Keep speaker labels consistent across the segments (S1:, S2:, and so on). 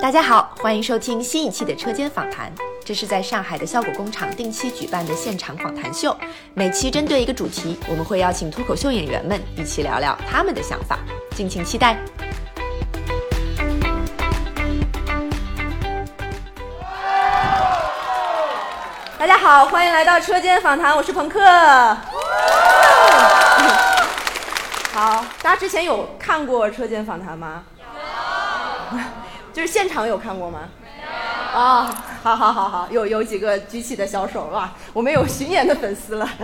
S1: 大家好，欢迎收听新一期的车间访谈。这是在上海的效果工厂定期举办的现场访谈秀，每期针对一个主题，我们会邀请脱口秀演员们一起聊聊他们的想法，敬请期待。
S2: 大家好，欢迎来到车间访谈，我是朋克。好，大家之前有看过车间访谈吗？ 有。就是现场有看过吗？哦，好好好好，有有几个举起的小手哇，我们有巡演的粉丝了。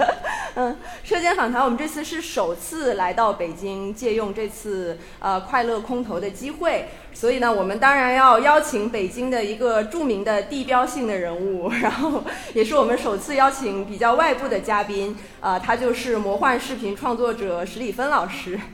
S2: 嗯，车间访谈，我们这次是首次来到北京，借用这次呃快乐空投的机会，所以呢，我们当然要邀请北京的一个著名的地标性的人物， 然后也是我们首次邀请比较外部的嘉宾，呃，他就是魔幻视频创作者史里芬老师。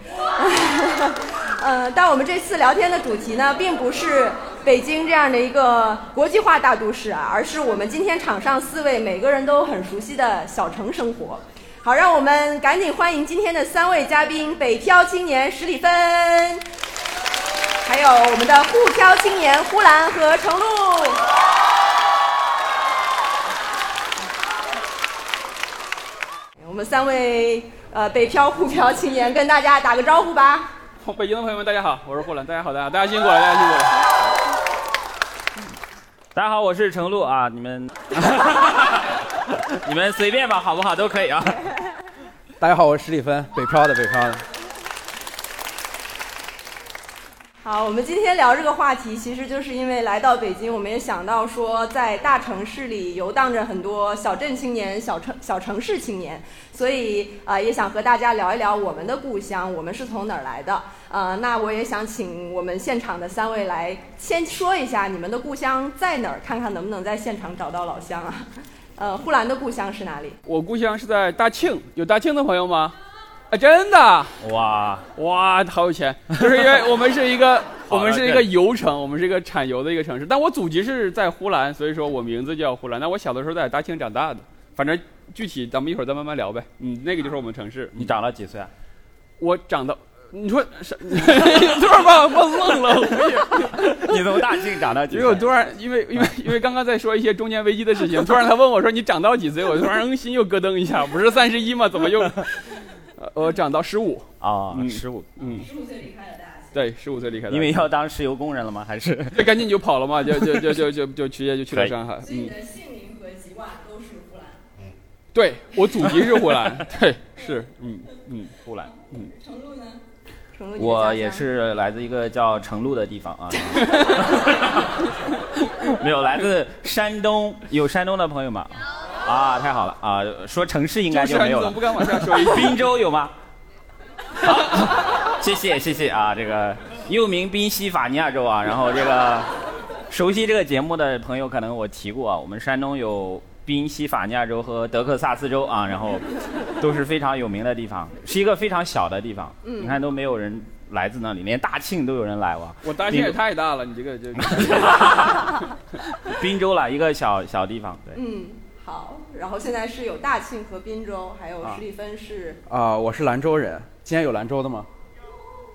S2: 呃，但我们这次聊天的主题呢，并不是。北京这样的一个国际化大都市啊，而是我们今天场上四位每个人都很熟悉的小城生活。好，让我们赶紧欢迎今天的三位嘉宾：北漂青年史里芬，还有我们的沪漂青年呼兰和程璐。 我们三位呃北漂沪漂青年跟大家打个招呼吧。
S3: 北京的朋友们，大家好，我是霍兰，大家好，大家大家辛苦了，大家辛苦了。
S4: 大家好，我是程璐啊，你 们，你们随便吧，好不好？都可以啊。
S5: 大家好，我是史蒂芬，北漂的，北漂的。
S2: 好，我们今天聊这个话题，其实就是因为来到北京，我们也想到说，在大城市里游荡着很多小镇青年、小城小城市青年，所以啊、呃也想和大家聊一聊我们的故乡，我们是从哪儿来的。呃，那我也想请我们现场的三位来先说一下你们的故乡在哪儿，看看能不能在现场找到老乡啊。 呃，呼兰的故乡是哪里？
S3: 我故乡是在大庆，有大庆的朋友吗？啊，真的，
S4: 哇，
S3: 哇，好有钱！就是因 为我们是一个，
S4: 好
S3: 我们是一个
S4: 对
S3: 油城，我们是一个产油的一个城市。但我祖籍是在呼兰，所以说我名字叫呼兰。那我小的时候在大庆长大的，反正具体咱们一会儿再慢慢聊呗。嗯，那个就是我们城市。
S4: 你长了几岁啊？
S3: 我长得，你说是， 突然把我问愣了，我 也。
S4: 你从大庆长到几
S3: 因为我
S4: 岁？啊
S3: 突然，因为因为因为刚刚在说一些中年危机的事情，突然他问我说你长到几岁，我突然嗯心又咯噔一下，不是三十一吗？怎么又？呃我长到十五，
S4: 啊
S3: 嗯，
S4: 十五。
S3: 嗯，十五岁离开了大对，十五岁离开的，
S4: 因为要当石油工人了吗？还是
S3: 这赶紧就跑了嘛，就就就就就就直接就去
S4: 可
S3: 了
S4: 以
S3: 上海。嗯，
S2: 的姓名和籍贯都是呼兰。
S3: 对我祖籍是湖南，对，是，嗯嗯，
S4: 湖南？
S2: 程璐呢？程璐，你的家
S4: 我
S2: 乡
S4: 也。是来自一个叫成都的地 方啊。没有，来自山东，有山东的朋友吗？啊，太好了啊！说城市应该
S3: 就是
S4: 就
S3: 啊
S4: 没
S3: 你
S4: 有
S3: 怎
S4: 了
S3: 么。不敢往下说一句？
S4: 滨州有吗？啊、谢谢谢谢啊，这个又名宾夕法尼亚州啊，然后这个熟悉这个节目的朋友，可能我提过啊，我们山东有宾夕法尼亚州和德克萨斯州啊，然后都是非常有名的地方，是一个非常小的地方，
S2: 嗯
S4: 你看都没有人来自那里，连大庆都有人来哇，
S3: 我大庆也太大了，你这个就
S4: 滨州啦，一个小小地方，对，
S2: 嗯，好。然后现在是有大庆和滨州，还有史蒂芬是
S5: 啊、我是兰州人。今天有兰州的吗？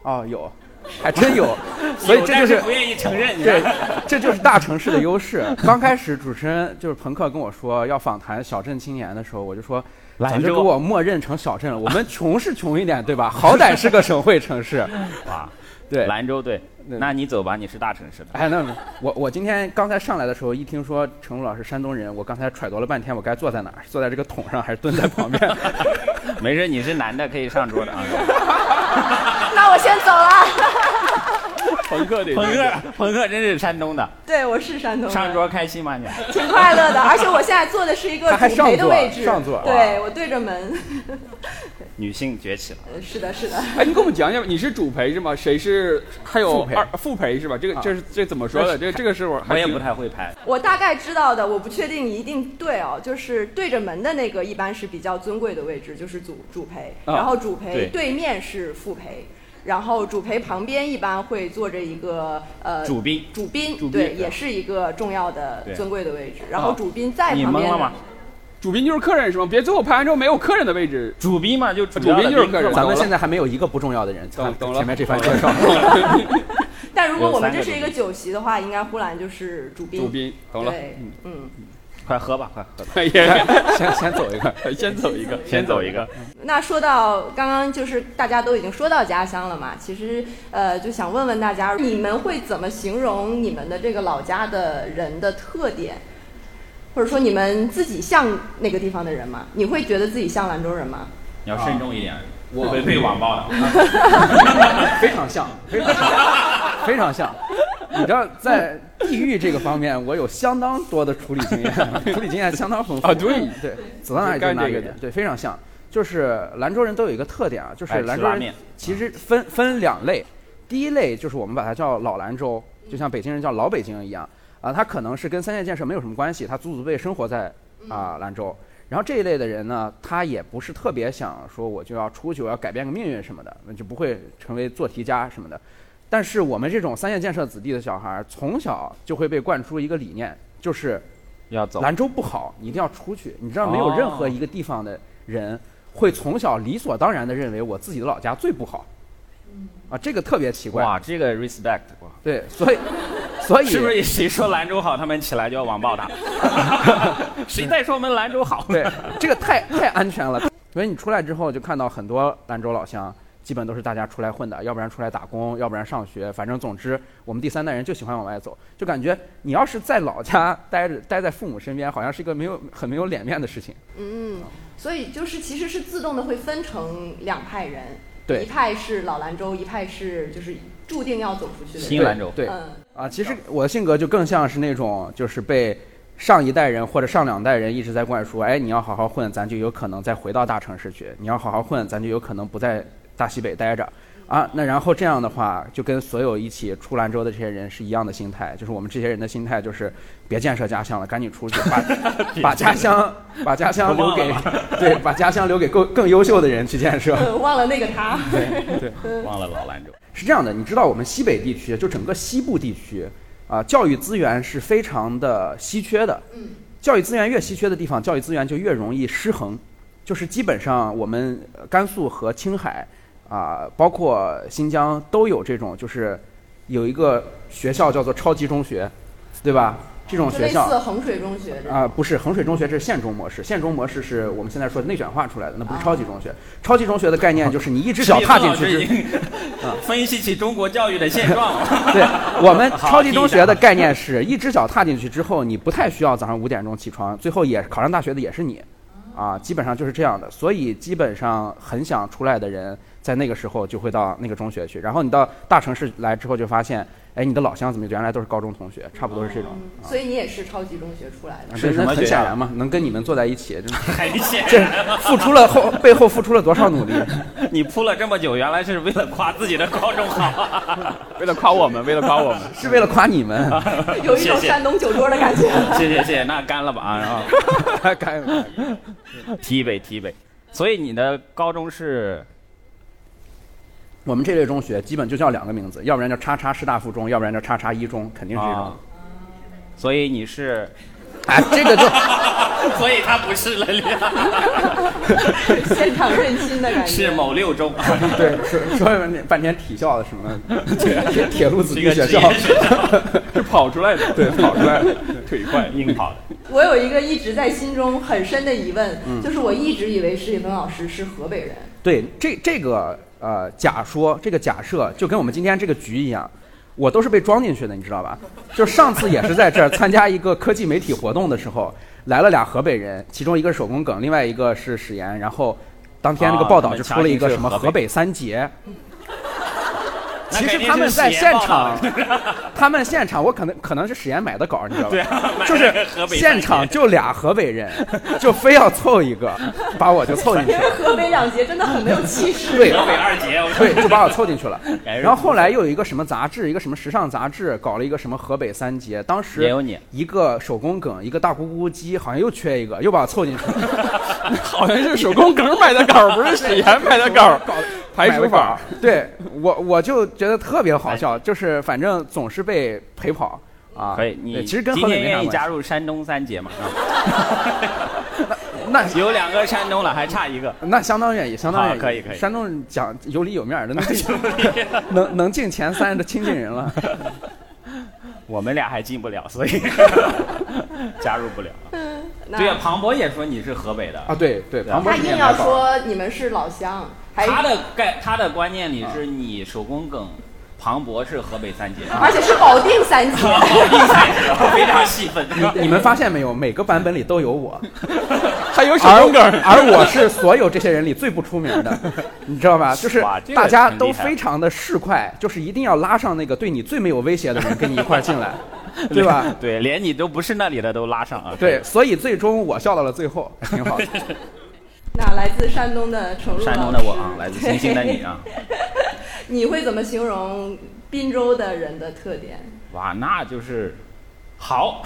S5: 啊，有， 还真有。所以这就
S4: 有但
S5: 是
S4: 不愿意承认，你知道
S5: 对
S4: 吗，
S5: 这就是大城市的优势。刚开始主持人就是朋克跟我说要访谈小镇青年的时候，我就说。咱
S4: 兰
S5: 就给
S4: 州
S5: 我默认成小镇了，我们穷是穷一点，对吧？好歹是个省会城市，
S4: 哇，
S5: 对。
S4: 兰州对，
S5: 那
S4: 那你走吧，你是大城市的。
S5: 哎，那我我今天刚才上来的时候，一听说程璐老师山东人，我刚才揣度了半天，我该坐在哪儿？坐在这个桶上，还是蹲在旁边？
S4: 没事，你是男的可以上桌的 啊。
S2: 那我先走了。
S3: 朋克得
S4: 朋克，朋克真是嗯山东的，
S2: 对，我是山东人
S4: 上桌开心吗你？
S2: 挺快乐的，而且我现在坐的是一个
S5: 他还
S2: 主陪的
S5: 上座
S2: 位置，
S5: 上座
S2: 对我对着门。
S4: 女性崛起了，
S2: 呃是的，是的。
S3: 哎，你给我们讲讲吧，你是主陪是吗？谁是？还有
S5: 副陪
S3: 二副陪是吧？这个
S5: 啊
S3: 这是这怎么说的？这个这个是我还
S4: 我也
S3: 挺
S4: 不太会拍。
S2: 我大概知道的，我不确定一定对哦，就是对着门的那个一般是比较尊贵的位置，就是主主陪，
S3: 啊
S2: 然后主陪
S4: 对
S2: 对面是副陪。然后主陪旁边一般会坐着一个呃
S4: 主宾
S2: 主宾
S3: 主宾
S2: 对，
S3: 嗯
S2: 也是一个重要的
S4: 对
S2: 尊贵的位置。然后
S3: 啊
S2: 主宾在
S4: 你
S2: 旁
S4: 懵
S2: 边
S4: 了
S2: 的
S4: 吗？
S3: 主宾就是客人是吗？别最后拍完之后没有客人的位置。
S4: 主宾嘛，就主
S3: 主宾就是客人
S5: 咱们现在还没有一个不重要的人，看
S3: 懂懂了
S5: 前面这番介绍，
S2: 但如果
S4: 有
S2: 我们这
S4: 三个
S2: 是一
S4: 主
S2: 个酒席的话，应该呼兰就是主宾。
S3: 主宾，懂了，
S2: 对，嗯。
S4: 快喝吧，快喝吧。
S3: 也
S5: 先 先走一个，
S3: 先走一个，
S4: 先走一个，
S2: 那说到刚刚就是大家都已经说到家乡了嘛，其实呃就想问问大家，你们会怎么形容你们的这个老家的人的特点，或者说你们自己像那个地方的人吗？你会觉得自己像兰州人吗？
S4: 你要慎重一点，
S5: 我
S4: 会啊被网暴的。
S5: 非常像，非常像，非常像。你知道，在地域这个方面，我有相当多的处理经验，处理经验相当丰富
S3: 啊对
S5: 对，走到哪里就
S3: 干
S5: 哪
S3: 这
S5: 里
S3: 个
S5: 的
S3: 的，
S5: 对，非常像。就是兰州人都有一个特点啊，就是
S4: 爱吃
S5: 兰州
S4: 拉
S5: 人
S4: 面嗯
S5: 其实分分两类，第一类就是我们把它叫老兰州，就像北京人叫老北京一样啊，他可能是跟三线建设没有什么关系，他祖祖辈辈生活在啊兰州。然后这一类的人呢，他也不是特别想说我就要出去，我要改变个命运什么的，就不会成为做题家什么的。但是我们这种三线建设子弟的小孩儿，从小就会被灌输一个理念，就是
S4: 要走，
S5: 兰州不好，你一定要出去。你知道，没有任何一个地方的
S4: 哦
S5: 人会从小理所当然的认为我自己的老家最不好，啊，这个特别奇怪。
S4: 嗯哇，这个 respect，哇
S5: 对，所以， 所以
S4: 是不是谁说兰州好，他们起来就要网 暴他？谁再说我们兰州好？
S5: 对，这个太太安全了。所以你出来之后，就看到很多兰州老乡，基本都是大家出来混的，要不然出来打工，要不然上学，反正总之，我们第三代人就喜欢往外走，就感觉你要是在老家待着，待在父母身边，好像是一个没有很没有脸面的事情。
S2: 嗯，所以就是其实是自动的会分成两派人，
S5: 对
S2: 一派是老兰州，一派是就是注定要走出去的
S4: 新
S2: 人。
S4: 兰州
S5: 对
S2: 嗯，
S5: 啊，其实我的性格就更像是那种就是被。上一代人或者上两代人一直在灌输，哎，你要好好混，咱就有可能再回到大城市去；你要好好混，咱就有可能不在大西北待着。啊，那然后这样的话，就跟所有一起出兰州的这些人是一样的心态，就是我们这些人的心态就是别建设家乡了，赶紧出去，把把家乡把家乡留给对，把家乡留给更更优秀的人去建设。
S2: 嗯 忘了那个他。
S5: 对对，
S4: 忘了老兰州，
S5: 是这样的，你知道我们西北地区，就整个西部地区啊、教育资源是非常的稀缺的。
S2: 嗯，
S5: 教育资源越稀缺的地方，教育资源就越容易失衡，就是基本上我们呃甘肃和青海啊、包括新疆都有这种，就是有一个学校叫做超级中学，对吧？这种
S2: 就
S5: 学
S2: 类
S5: 校
S2: 似衡水中学这种。
S5: 啊、不是衡水中学，这是县中模式。县中模式是我们现在说的内卷化出来的，那不是
S2: 啊
S5: 超级中学。超级中学的概念就是你一只脚踏进去之
S4: 李
S5: 后
S4: 老师已经 分析起中国教育的现状 了。
S5: 对我们
S4: 好
S5: 超级中学的
S4: 听一下
S5: 概念是一只脚踏进去之后，你不太需要早上五点钟起床，最后也考上大学的也是你，啊，基本上就是这样的。所以基本上很想出来的人，在那个时候就会到那个中学去。然后你到大城市来之后，就发现，哎，你的老乡怎么原来都是高中同学，差不多是这种。啊
S2: 所以你也是超级中学出来 的。
S5: 那
S4: 哦是什么
S5: 那很
S4: 学
S5: 显
S4: 校
S5: 然嘛，能跟你们坐在一起，这
S4: 海鲜，
S5: 这付出了后背后付出了多少努力？
S4: 你铺了这么久，原来是为了夸自己的高中好。啊
S3: 为了夸我们，为了夸我们，
S5: 是为了夸你 们，
S2: 有一种
S4: 谢谢
S2: 山东酒桌的感觉。
S4: 谢谢谢谢，那干了吧啊！然后
S5: 该该
S4: 提一杯提一杯。所以你的高中是
S5: 我们这类中学基本就叫两个名字，要不然叫叉叉师大附中，要不然叫叉叉一中，肯定是这种
S4: 啊。，所以你是，
S5: 哎，这个就
S4: 所以他不是了，
S2: 现场认亲的感觉。
S4: 是某六中，啊
S5: 对，说说半天半天体校的什 么，铁铁路子
S4: 是
S5: 弟
S4: 一个
S5: 学
S4: 职
S5: 校，
S4: 业学 校，
S3: 是跑出来的，对，跑出 来的，腿快，
S4: 硬跑的。
S2: 我有一个一直在心中很深的疑问，
S4: 嗯
S2: 就是我一直以为史蒂芬老师是河北人。
S5: 对，这这个呃假说，这个假设就跟我们今天这个局一样，我都是被装进去的，你知道吧？就上次也是在这儿参加一个科技媒体活动的时候，来了俩河北人，其中一个是手工梗，另外一个是史岩，然后当天那个
S4: 啊
S5: 报
S4: 他
S5: 道
S4: 们
S5: 就
S4: 强
S5: 出了一
S4: 行
S5: 个
S4: 是
S5: 什么
S4: 河
S5: 河
S4: 北
S5: 北 三杰。
S4: 那
S5: 其实
S4: 肯定
S5: 他们
S4: 是实
S5: 在
S4: 验
S5: 现
S4: 报道
S5: 场，他们现场，我可能可能是史岩买的稿，你知道吧？
S4: 啊买
S5: 就是
S4: 了河北
S5: 现场就俩河北人，就非要凑一个，把我就凑进去
S2: 因。为河北两杰真的很没有气势。
S5: 对
S4: 河北二杰，我
S5: 对，就把我凑进去了。
S4: 感觉
S5: 然后后来又有一个什么杂志，一个什么时尚杂志，搞了一个什么河北三杰，当时
S4: 也有你
S5: 一个手工梗，一个大咕咕鸡，好像又缺一个，又把我凑进去了。
S3: 好像是手工梗买的稿，不是史岩买的稿，排
S5: 买
S3: 除
S5: 了个
S3: 法
S5: 儿。，对我我就觉得特别好笑，就是反正总是被陪跑啊。
S4: 哎可以，你
S5: 对其实跟
S4: 今
S5: 河北
S4: 天
S5: 没啥
S4: 愿意
S5: 关系
S4: 加。入山东三杰吗？啊
S5: 那
S4: 有两个山东了，还差一个。
S5: 那相当愿意，相当愿意，
S4: 好可以可以
S5: 山东人讲有理有面 儿的，能进能能进前三的亲近人了。
S4: 我们俩还进不了，所以 加入不了。啊
S2: 那
S4: 对呀、庞博也说你是河北的，
S5: 啊，对对，
S4: 对
S5: 庞博
S2: 他
S5: 是
S2: 硬
S5: 面
S2: 要
S5: 来宝
S2: 说你们是老乡，
S5: 哎
S2: 还
S4: 啊他的概他的观念里是你手工梗，庞博是河北三杰，
S5: 啊
S2: 而且是保定三 级，
S4: 非常细分。
S5: 你你们发现没有？每个版本里都有 我，
S3: 还有手
S5: 而
S3: 工梗儿，
S5: 而我是所有这些人里最不出名的，你知道吧？就是
S4: 哇这个
S5: 大家
S4: 挺厉
S5: 都
S4: 害
S5: 非常的市侩，就是一定要拉上那个对你最没有威胁的人跟你一块儿进来，对吧？？
S4: 对，连你都不是那里的都拉上啊。
S5: 对，所以最终我笑到了最后，还挺好的。
S2: 那来自山东的程璐，
S4: 山东的我啊，来自星星的你啊，
S2: 你会怎么形容滨州的人的特点？
S4: 哇，那就是好，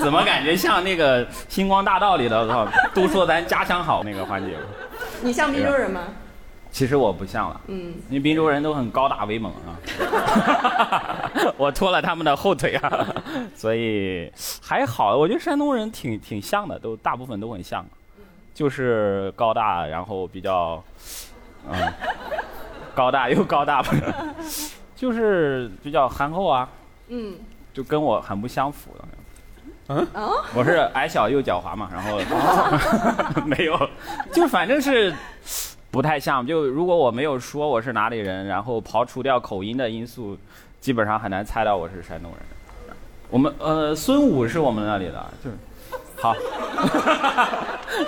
S4: 怎么感觉像那个《星光大道》里的，我操，都说咱家乡好那个环节。
S2: 你像滨州人吗？
S4: 其实我不像了，
S2: 嗯，
S4: 因为滨州人都很高大威猛啊， 我拖了他们的后腿啊，所以还好，我觉得山东人挺挺像的，都大部分都很像，就是高大，然后比较，嗯，高大又高大，不是， 就是比较憨厚啊，
S2: 嗯，
S4: 就跟我很不相符的。
S2: 哦，
S4: 我是矮小又狡猾嘛，然后没有，就反正是不太像。就如果我没有说我是哪里人，然后刨除掉口音的因素，基本上很难猜到我是山东人。我们呃，孙武是我们那里的，就是好。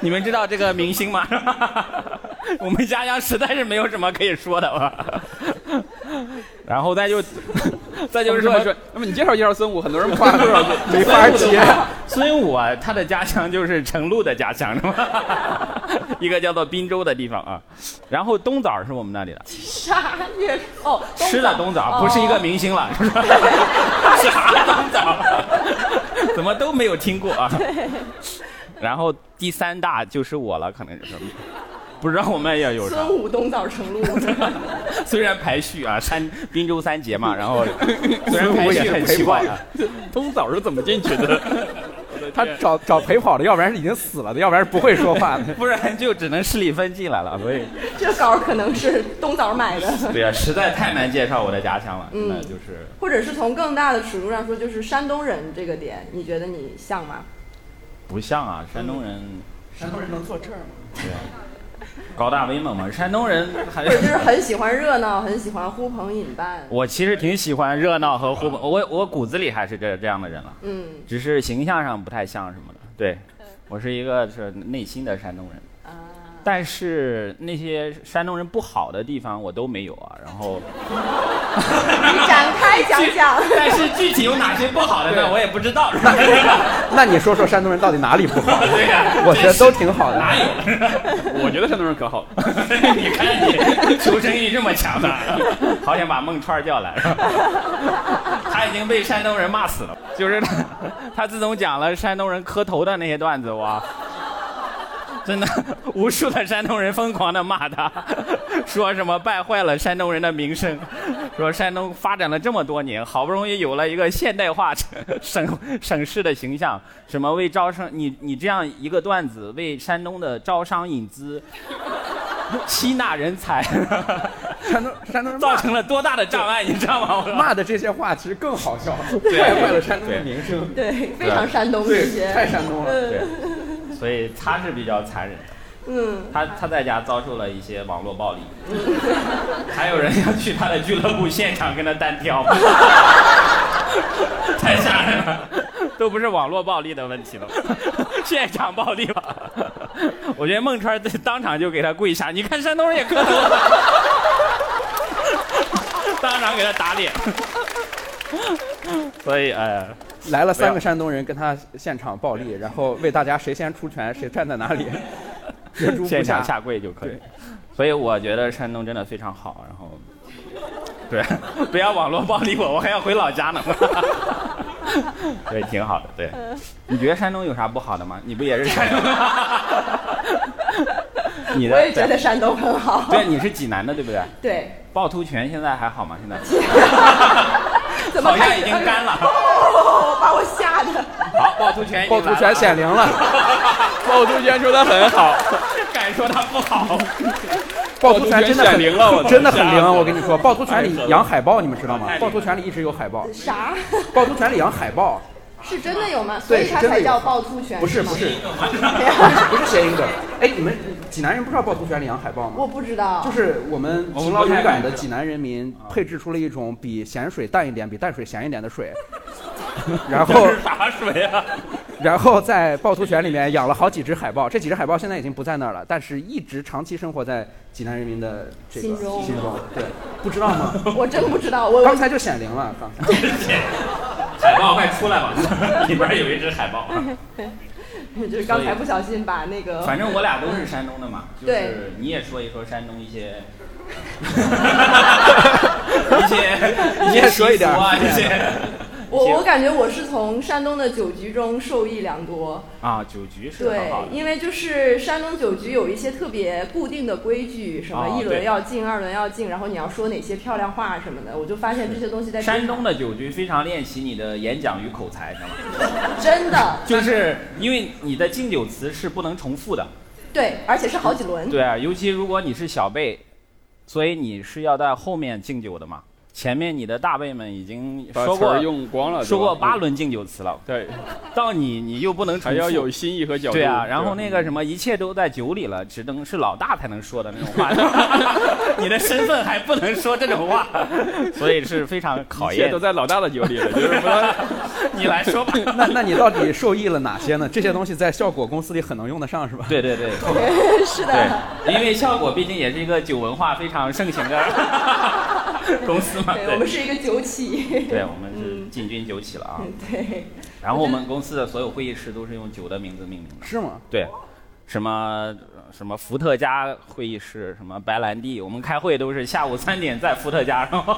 S4: 你们知道这个明星吗？我们家乡实在是没有什么可以说的了。然后再就再就是
S3: 这
S4: 说
S3: 么说，那么你介绍介绍孙武，很多人不 知道。
S5: 没法接。
S4: 孙武啊，他的家乡就是程璐的家乡，是吗？一个叫做滨州的地方啊。然后冬枣是我们那里的，
S2: 啥也哦，冬枣
S4: 吃的冬枣，不是一个明星了，是 吧？啥冬枣？怎么都没有听过啊？然后第三大就是我了，可能就是。不知道我们也有啥
S2: 孙，武冬枣程璐，
S4: 虽然排序啊，三滨州三杰嘛，然后虽然排序很奇怪啊，
S3: 冬枣是怎么进去的？
S5: 他找找陪跑的，要不然是已经死了的，要不然是不会说话 的。
S4: 不然就只能市里分进 来了，所以。
S2: 这稿儿可能是冬枣买的，
S4: 对呀、实在太难介绍我的家乡了，
S2: 嗯
S4: 那就是
S2: 或者是从更大的尺度上说，就是山东人这个点，你觉得你像吗？
S4: 不像啊，山东人啊
S5: 山东人能坐这儿吗？
S4: 高大威 猛嘛，山东人还
S2: 或者就是很喜欢热闹，很喜欢呼朋引伴，
S4: 我其实挺喜欢热闹和互动，我我骨子里还是这这样的人了，
S2: 嗯
S4: 只是形象上不太像什么的。对，我是一个是内心的山东人，
S2: 啊，
S4: 但是那些山东人不好的地方我都没有啊。然后，
S2: 你展开讲讲。
S4: 但是具体有哪些不好的呢？我也不知道。 是吧
S5: 那你说说山东人到底哪里不好？
S4: 对呀、
S5: 我觉得都挺好的。
S4: 哪 有？
S3: 我觉得山东人可好了。
S4: 你看你求生欲这么强的，好想把孟川儿叫来。他已经被山东人骂死了，就是他，他自从讲了山东人磕头的那些段子，哇， 真的无数的山东人疯狂的骂他， 说什么败坏了山东人的名声， 说山东发展了这么多年，好不容易有了一个现代化 省省省市的形象，什么为招商，你你这样一个段子为山东的招商引资。 吸纳人才，
S5: 山东山东人
S4: 造
S5: 骂
S4: 成了多大的障碍，你知道吗？ 我
S5: 骂的这些话其实更好笑，
S4: 对
S5: 败坏了山东的名声。
S2: 对，非常山东这些。
S5: 太山东了。
S4: 对，所以他是比较残忍的，
S2: 嗯，
S4: 他他在家遭受了一些网络暴力，还有人要去他的俱乐部现场跟他单挑，太吓人了，都不是网络暴力的问题了，现场暴力吧？我觉得孟川当场就给他跪下，你看山东人也磕头，当场给他打脸，所以哎呀。
S5: 来了三个山东人跟他现场暴力，然后为大家谁先出拳谁站在哪里，角逐不
S4: 现场
S5: 下。
S4: 下跪就可以
S5: 对。
S4: 所以我觉得山东真的非常好，然后，对， 不要网络暴力我，我还要回老家呢。 对，挺好的。对，你觉得山东有啥不好的吗？你不也是山东的？ 你的
S2: 我也觉得山东很好。
S4: 对，你是济南的对不对？
S2: 对，
S4: 趵突泉现在还好吗？现在
S2: 怎么
S4: 好
S2: 开
S4: 像
S2: 始
S4: 已经干了。
S2: 哦，把我吓的。
S4: 好，趵突泉已经
S5: 趵
S4: 来了
S5: 突泉显灵了，
S3: 趵突泉说他很好，
S4: 敢说他不好？
S5: 趵突泉真
S3: 趵突泉显
S5: 的很
S3: 灵了我操
S5: 真的很
S3: 吓死
S5: 灵。啊
S3: 我
S5: 我跟你说，趵突泉里养海豹，你们知道吗
S4: 太？厉害
S5: 趵突泉里一直有海豹，
S2: 啥？
S5: 趵突泉里养海豹，
S2: 是真的有吗？所
S5: 对
S2: 以它
S5: 是真的
S2: 才
S5: 有
S2: 叫趵突泉？
S5: 不是
S2: 吗
S5: 不是，不是谐音梗。哎，你们济南人不知道趵突泉里养海豹吗？
S2: 我不知道。
S5: 就是我们勤劳勇敢的济南人民配置出了一种比咸水淡一点、比淡水咸一点的水，然后
S4: 这是啥水啊？
S5: 然后在趵突泉里面养了好几只海豹，这几只海豹现在已经不在那儿了，但是一直长期生活在济南人民的这个
S2: 心中
S5: 心中。对，不知道 吗？
S2: 我真不知道，我
S5: 刚才就显灵了，刚才。
S4: 海豹快出来吧，里边有一只海啊豹。
S2: 就是刚才不小心把那个
S4: 反正我俩都是山东的嘛，就
S2: 对
S4: 是你也说一说山东一 些，一些
S5: 你也说一点
S4: 习俗啊，
S5: 对
S4: 一些
S2: 我
S4: 一些
S2: 我感觉我是从山东的酒局中受益良多。
S4: 啊，酒局是很
S2: 对
S4: 好，的。
S2: 因为就是山东酒局有一些特别固定的规矩，什
S4: 哦
S2: 么一轮
S4: 对
S2: 要敬，二轮要敬，然后你要说哪些漂亮话什么的，我就发现这些东西在
S4: 山东的酒局非常练习你的演讲与口才，知 道吗？
S2: 真的
S4: 就是因为你的敬酒词是不能重复的，
S2: 对，而且是好几轮。
S4: 对啊，尤其如果你是小辈，所以你是要在后面敬酒的嘛。前面你的大辈们已经
S3: 把
S4: 说
S3: 词
S4: 过
S3: 儿用光了，
S4: 说过
S3: 对吧
S4: 八，轮敬酒词了，
S3: 对，
S4: 到你你又不能重
S3: 还
S4: 复，
S3: 要有新意和角度。
S4: 对啊，然后那个什
S3: 么，
S4: 么，一切都在酒里了，只能是老大才能说的那种话，你的身份还不能说这种话，所以是非常考
S3: 一切
S4: 验
S3: 都。在老大的酒里 了，就是说
S4: 你来说吧。
S5: 那那你到底受益了哪些呢？这些东西在效果公司里很能用得上，是吧？
S4: 对对对
S2: 是的，
S4: 对，因为效果毕竟也是一个酒文化非常盛行的公司嘛，
S2: 对我们
S4: 对，
S2: 是一个酒企。
S4: 对我们是进军酒企了啊。
S2: 嗯对，
S4: 然后我们公司的所有会议室都是用酒的名字命名的，
S5: 是吗？
S4: 对，什么什么伏特加会议室，什么白兰地，我们开会都是下午三点在伏特加，然后。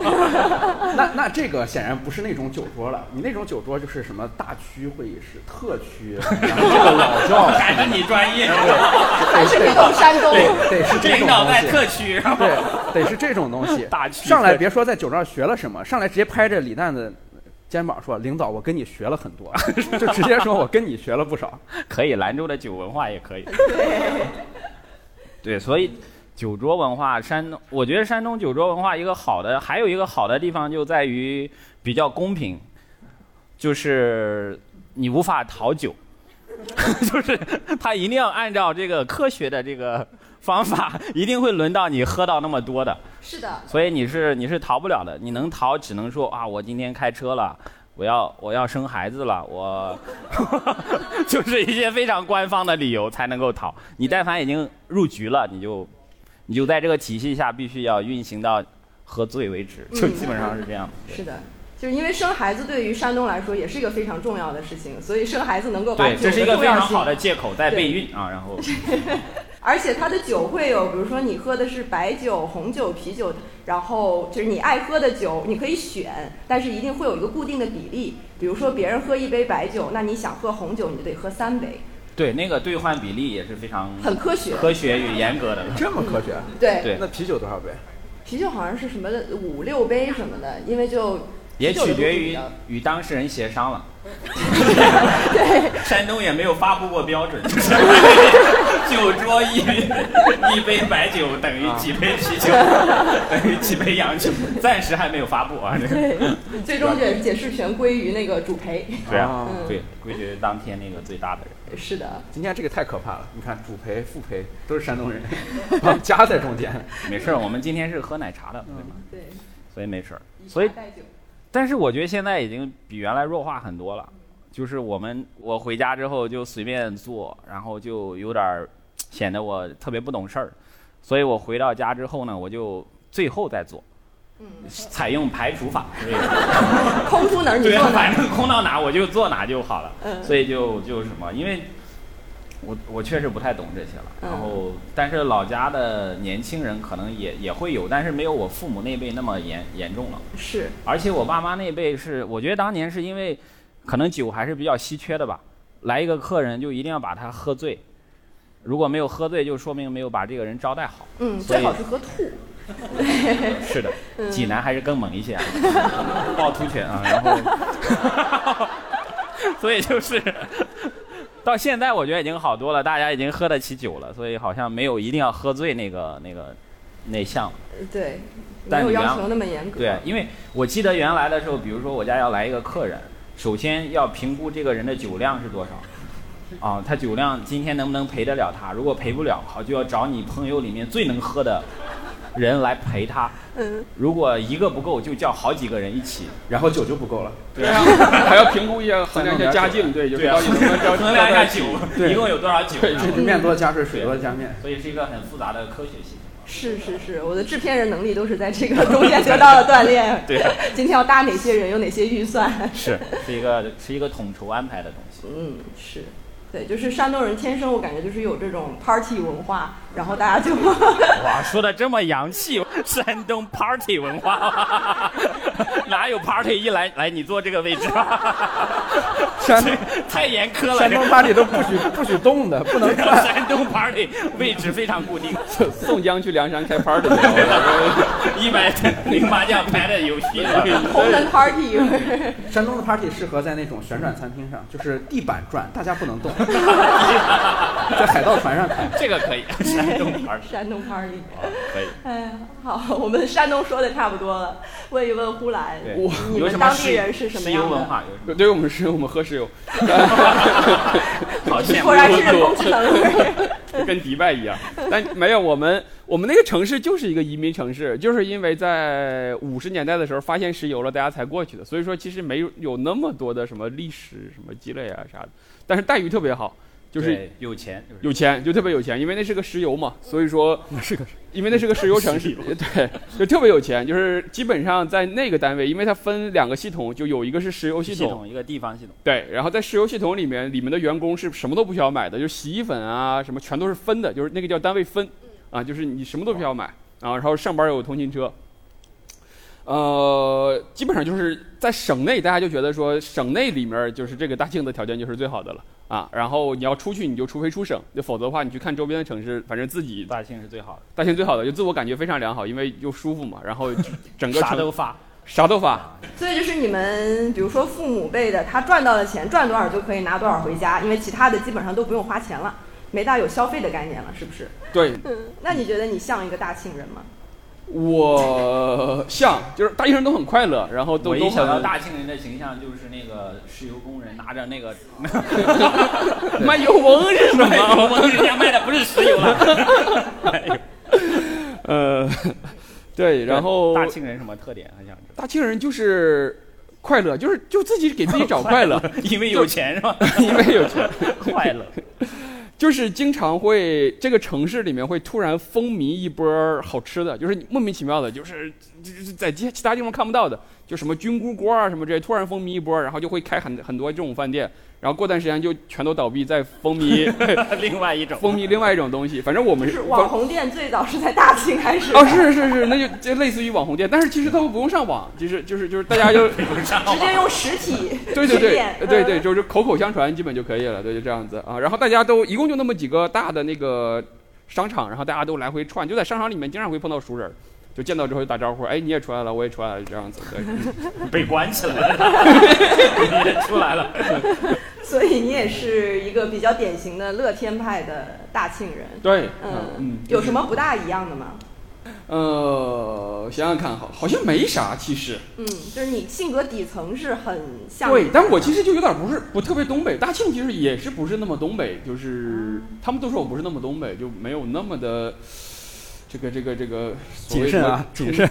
S5: 那那这个显然不是那种酒桌了，你那种酒桌就是什么大区会议室、特区，然后这个老窖，
S4: 还是你专业，
S2: 还是你懂山东。
S5: 得得是这
S4: 领
S5: 种
S4: 导
S5: 东
S4: 在
S5: 西。
S4: 特区，然后
S5: 对，得是这种东西。
S4: 大区
S5: 上来别说在酒桌上学了什么，上来直接拍着李诞的肩膀说：“领导，我跟你学了很多。”就直接说：“我跟你学了不少。
S4: 可以，兰州的酒文化也可以。对，所以酒桌文化，山东，我觉得山东酒桌文化一个好的，还有一个好的地方就在于比较公平，就是你无法讨酒， 就是他一定要按照这个科学的这个方法，一定会轮到你喝到那么多的。
S2: 是的，
S4: 所以你是你是逃不了的，你能逃只能说啊，我今天开车了，我要我要生孩子了，我 就是一些非常官方的理由才能够逃。你但凡已经入局了，你就你就在这个体系下必须要运行到喝醉为止，就基本嗯上是这样。
S2: 是的。就是因为生孩子对于山东来说也是一个非常重要的事情，所以生孩子能够把
S4: 对，
S2: 酒
S4: 这是
S2: 的
S4: 一个
S2: 重
S4: 非
S2: 要
S4: 常
S2: 性
S4: 好的借口，在备孕啊，然 后
S2: 而且它的酒会有，比如说你喝的是白酒、红酒、啤酒，然后就是你爱喝的酒，你可以选，但是一定会有一个固定的比例。比如说别人喝一杯白酒，那你想喝红酒，你就得喝三杯，
S4: 对那个兑换比例也是非常
S2: 很科学。
S4: 嗯科学与严格的”。
S5: 这么科 学？
S2: 对，
S4: 对
S5: 那啤酒多少杯？
S2: 啤酒好像是什么的五六杯什么的，因为就
S4: 也
S2: 啤酒
S4: 取
S2: 的
S4: 决
S2: 不
S4: 于
S2: 一样
S4: 与当事人协商了。 山东也没有发布过标准，就是酒桌一一杯白酒等于几杯啤酒， 等于几杯洋酒，暂时还没有发布啊。这个
S2: 最终解解释权归于那个主陪。
S4: 对啊
S5: 啊，
S4: 对，归结当天那个最大的人。
S2: 是的，
S5: 今天这个太可怕了！你看，主陪、副陪都是山东人，把家在中间。
S4: 没事儿，我们今天是喝奶茶的，对吧？
S2: 对，
S4: 所以没事儿。所以
S2: 以茶代酒
S4: 但是我觉得现在已经比原来弱化很多了，就是我们我回家之后就随便做，然后就有点儿显得我特别不懂事儿，所以我回到家之后呢，我就最后再做，
S2: 嗯
S4: 采用排除法，
S2: 空出哪 儿你
S4: 对啊
S2: 坐，哪儿。
S4: 反正空到哪我就做哪就好了，
S2: 嗯
S4: 所以就就什么，因为我我确实不太懂这些了，
S2: 嗯
S4: 然后但是老家的年轻人可能也也会有，但是没有我父母那辈那么严严重了。
S2: 是
S4: 而且我爸妈那辈是，我觉得当年是因为可能酒还是比较稀缺的吧，来一个客人就一定要把他喝醉，如果没有喝醉，就说明没有把这个人招待好。
S2: 嗯，
S4: 所以
S2: 最好是喝吐。
S4: 是的，济南还是更猛一些啊， 趵突泉啊，然后，所以就是到现在我觉得已经好多了，大家已经喝得起酒了，所以好像没有一定要喝醉那个那个那项了。
S2: 对，没
S4: 但
S2: 有
S4: 你
S2: 要
S4: 原
S2: 求那么严格。
S4: 对，啊因为我记得原来的时候，比如说我家要来一个客人，首先要评估这个人的酒量是多少。啊，他酒量今天能不能陪得了他？如果陪不了，好就要找你朋友里面最能喝的人来陪他。
S2: 嗯，
S4: 如果一个不够，就叫好几个人一起。
S5: 然后酒就不够了。
S3: 对啊，还要评估一下，衡量一下家境，对，就是
S4: 对啊
S3: 到底能不能交
S4: 衡量一下酒
S5: 对
S4: 一共有多少酒，
S3: 对
S4: 然后
S5: 这面多加水，水多加面。
S4: 所以是一个很复杂的科学系统。
S2: 是是是，我的制片人能力都是在这个中间得到了锻炼。
S4: 对，
S2: 今天要搭哪些人，有哪些预算？
S4: 是是一个是一个统筹安排的东西。
S2: 嗯，是，对，就是山东人天生我感觉就是有这种 party 文化，然后大家就
S4: 哇，说的这么洋气，山东 party 文化，哪有 party 一来来你坐这个位置？
S5: 山
S4: 太严苛了，
S5: 山东 party 都不许不许动的，不能
S4: 这个
S5: 转。
S4: 山东 party 位置非常固定，
S3: 宋江去梁山开 party 去了。
S4: 一百 零麻将牌的游戏。
S2: 红人 party。
S5: 山东的 party 适合在那种旋转餐厅上，就是地板转，大家不能动， 在海盗船上看。
S4: 这个可以，山东 party 哦
S2: 山东 party。
S4: 可以。
S2: 哎呀，好，我们山东说的差不多了，问一问呼兰
S4: 对，
S2: 你
S4: 有
S2: 们
S4: 什么
S2: 当地
S4: 石
S2: 人是什么
S4: 石油
S2: 样
S4: 文
S2: 的？
S4: 化 有什么？
S3: 对，对于我们是，我们喝石油，
S4: 好羡慕
S2: 果然是人工智能。
S3: 跟迪拜一样，但没有我们，我们那个城市就是一个移民城市，就是因为在五十年代的时候发现石油了，大家才过去的，所以说其实没有有那么多的什么历史什么积累啊啥的，但是待遇特别好，就是
S4: 对有钱，就是
S3: 有钱，就特别有钱，因为那是个石油嘛，所以说 那是个，因为那是个石油城市， 对，就特别有钱，就是基本上在那个单位，因为它分两个系统，就有一个是石油
S4: 系
S3: 系统，
S4: 统一个地方系统，
S3: 对，然后在石油系统里面，里面的员工是什么都不需要买的，就是洗衣粉啊，什么全都是分的，就是那个叫单位分，啊，就是你什么都不需要买啊，然后上班有通勤车，呃，基本上就是在省内，大家就觉得说省内里面就是这个大庆的条件就是最好的了啊，然后你要出去你就除非出省，就否则的话你去看周边的城市，反正自己
S4: 大庆是最好
S3: 大庆最好的，就自我感觉非常良好，因为又舒服嘛，然后整
S4: 的，
S3: 个
S4: 啥
S3: 城
S4: 都发。
S3: 啥都发，
S2: 所以就是你们，比如说父母辈的，他赚到了钱，赚多少就可以拿多少回家，因为其他的基本上都不用花钱了，没大有消费的概念了，是不是？
S3: 对，
S2: 嗯，那你觉得你像一个大庆人吗？
S3: 我像就是大学生都很快乐，然后都
S4: 我一
S3: 都
S4: 想到
S3: 很
S4: 大庆人的形象，就是那个石油工人拿着那 个
S3: 卖油翁是什
S4: 卖油
S3: 么？
S4: 翁，人家卖的不是石油 了。
S3: 呃，对，然后
S4: 大庆人什么特点？很想知道。
S3: 大庆人就是快乐，就是就自己给自己找快乐，
S4: 因为有钱是 吧？
S3: 因为有钱，
S4: 快乐，
S3: 就是经常会这个城市里面会突然风靡一波好吃的，就是你莫名其妙的，就是就是在其其他地方看不到的，就什么菌菇锅啊什么这些，突然风靡一波，然后就会开很很多这种饭店，然后过段时间就全都倒闭，再风靡
S4: 另外一种
S3: 风靡另外一种东西，反正我们
S2: 就是网红店最早是在大庆开始的，
S3: 哦，是是是，那就就类似于网红店，但是其实他们不用上网，就是就是就是大家 就
S2: 直接用实体
S3: 对
S2: 去
S3: 对对
S2: 点，
S3: 对
S2: 嗯
S3: 对，就是口口相传基本就可以了，对，就这样子啊。然后大家都一共就那么几个大的那个商场，然后大家都来回串，就在商场里面经常会碰到熟人，就见到之后就打招呼，哎，你也出来了，我也出来了，就这样子，对。
S4: 被关起 来了，你也出来了。
S2: 所以你也是一个比较典型的乐天派的大庆人。
S3: 对，
S2: 嗯
S3: 嗯，
S2: 有什么不大一样的吗？
S3: 呃，想想看，好，好像没啥，其实
S2: 嗯，就是你性格底层是很像。
S3: 对，但我其实就有点不是不特别东北，大庆其实也是不是那么东北，就是他们都说我不是那么东北，就没有那么的这个这个这个所谓
S5: 谨慎
S3: 的
S5: 啊，谨慎。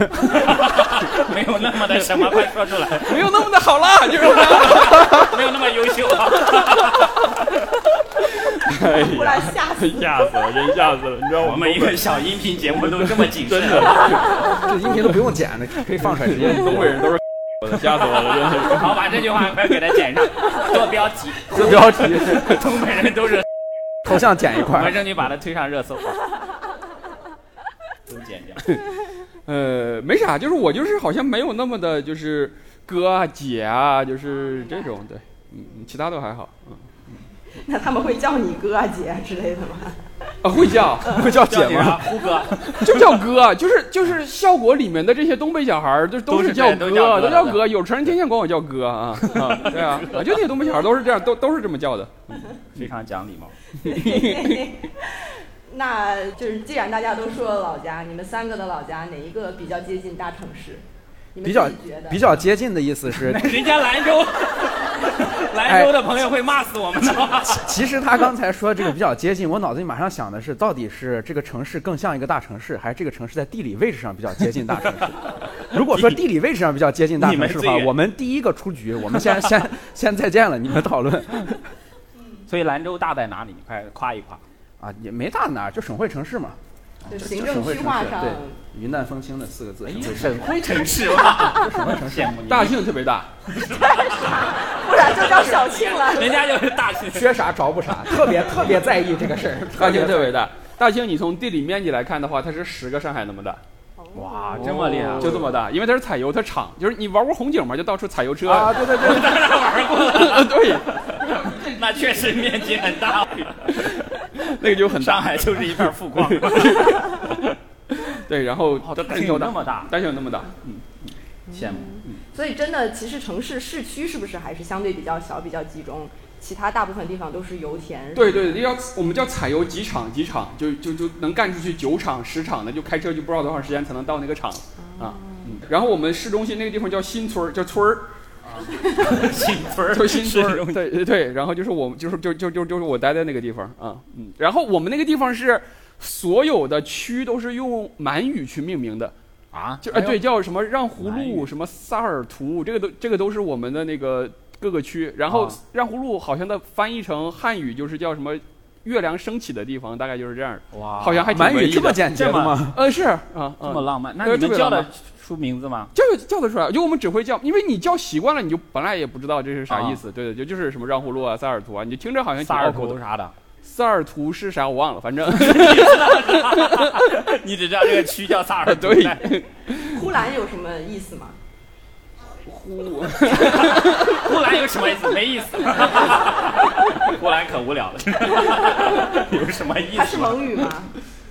S4: 没有那么的什么，快说出来，
S3: 没有那么的好啦，就是
S4: 没有那么优秀啊！
S2: 忽然 吓死。
S3: 吓死了，真吓死了，你知道
S4: 哎我们一个小音频节目都这么谨慎，啊
S3: 真的，
S5: 这音频都不用剪的，可以放出来直 接
S3: 东北人都是我的，吓死我了，真的是。
S4: 好，把这句话快给它剪上，做标题。
S5: 做标题，
S4: 东北人都是，
S5: 头像剪一
S4: 我们
S5: 块。
S4: 争取把它推上热搜。都剪掉，
S3: 呃，没啥，就是我就是好像没有那么的，就是哥啊姐啊，就是这种，对，嗯，其他都还好，嗯。
S2: 那他们会叫你哥啊姐啊之类的吗？
S3: 啊，会叫啊
S5: 会叫
S4: 叫
S5: 姐
S4: 你
S5: 吗
S4: 啥？？胡哥，
S3: 就叫哥，啊就是就是效果里面的这些东北小孩儿，就都
S4: 都
S3: 是
S4: 是
S3: 叫
S4: 都
S3: 哥，
S4: 是叫哥
S3: 都叫哥，有成人天天管我叫哥啊啊，对啊，啊就那些东北小孩儿都是这样，都都是这么叫的。
S4: 非常讲礼貌。
S2: 那就是既然大家都说了老家，你们三个的老家哪一个比较接近大城市？你们
S5: 比较
S2: 自己觉得
S5: 比较接近的意思是，
S4: 人家兰州，兰州的朋友会骂死我们的。
S5: 其实他刚才说这个比较接近，我脑子里马上想的是，到底是这个城市更像一个大城市，还是这个城市在地理位置上比较接近大城 市？如果说地理位置上比较接近大城市的话
S4: 你们最，远
S5: 我们第一个出局，我们先先先再见了，你们讨论
S4: 所以兰州大在哪里？你快夸一夸。
S5: 啊，也没大哪儿，就省会城市嘛，
S2: 就
S5: 就
S2: 行
S5: 就省
S2: 政
S5: 会
S2: 区
S5: 城
S2: 划
S5: 市，
S2: 上
S5: 对，云淡风轻的四个字，省
S4: 省
S5: 会
S4: 会城市吧，省会城市，羡慕你。
S3: 大庆特别大，
S2: 不然就叫小庆了。
S4: 人家就是大庆。
S5: 缺啥着补啥， 特别特别在意这个事儿，
S3: 大庆特别大。大庆，你从地理面积来看的话，它是十个上海那么大，
S4: 哇，这么厉害！
S3: 就这么啊大，因为它是采油，它厂就是你玩过红警吗？就到处采油车
S5: 啊，对对对。
S4: 当然玩过了，
S3: 对，
S4: 那确实面积很大。
S3: 那个就很
S4: 上
S3: 大。
S4: 海就是一片富矿。
S3: 对，然后
S4: 哦大
S3: 大大
S4: 庆
S3: 庆
S4: 有
S3: 有
S4: 那么大
S3: 大庆有那么大，
S4: 羡慕。
S2: 所以真的，其实城市市区是不是还是相对比较小、比较集中？其他大部分地方都是油田。
S3: 对对，要我们叫采油几场几场，就就就能干出去九场十场的，就开车就不知道多长时间才能到那个厂啊。嗯然后我们市中心那个地方叫新村儿，叫村儿，
S4: 新村 儿
S3: 叫新村
S4: 是
S3: 儿。
S4: 用
S3: 对对对，然后就是我们就是就就就就是我待在那个地方啊，嗯。然后我们那个地方是所有的区都是用满语去命名的，
S4: 啊，
S3: 就啊对，叫什么让胡
S4: 满语
S3: 路，什么萨尔图，这个都这个都是我们的那个各个区。然后
S4: 啊
S3: 让胡路好像它翻译成汉语就是叫什么月亮升起的地方，大概就是这样的。
S4: 哇，
S3: 好像还挺
S5: 满语
S3: 文艺
S5: 这么
S3: 的
S5: 简洁的吗？
S3: 呃是啊啊，
S4: 这么浪漫。那
S3: 对
S4: 你
S3: 特
S4: 们
S3: 别
S4: 叫
S3: 浪
S4: 得出名字吗？
S3: 叫叫得出来，就我们只会叫，因为你叫习惯了，你就本来也不知道这是啥意思。对对，就就是什么让胡路啊、萨尔图啊，你就听着好像挺
S4: 啊萨尔
S3: 拗
S4: 图
S3: 口
S4: 都
S3: 的。
S4: 啥的？
S3: 萨尔图是啥我忘了， 反正
S4: 你只知道这个区叫萨 尔图。
S3: 对
S2: 呼兰有什么意思吗？
S3: 呼
S4: 呼兰有什么意思？没意思。呼兰可无聊 了，有什么意
S2: 它
S4: 思
S2: 是
S4: 吗？
S2: 蒙语吗？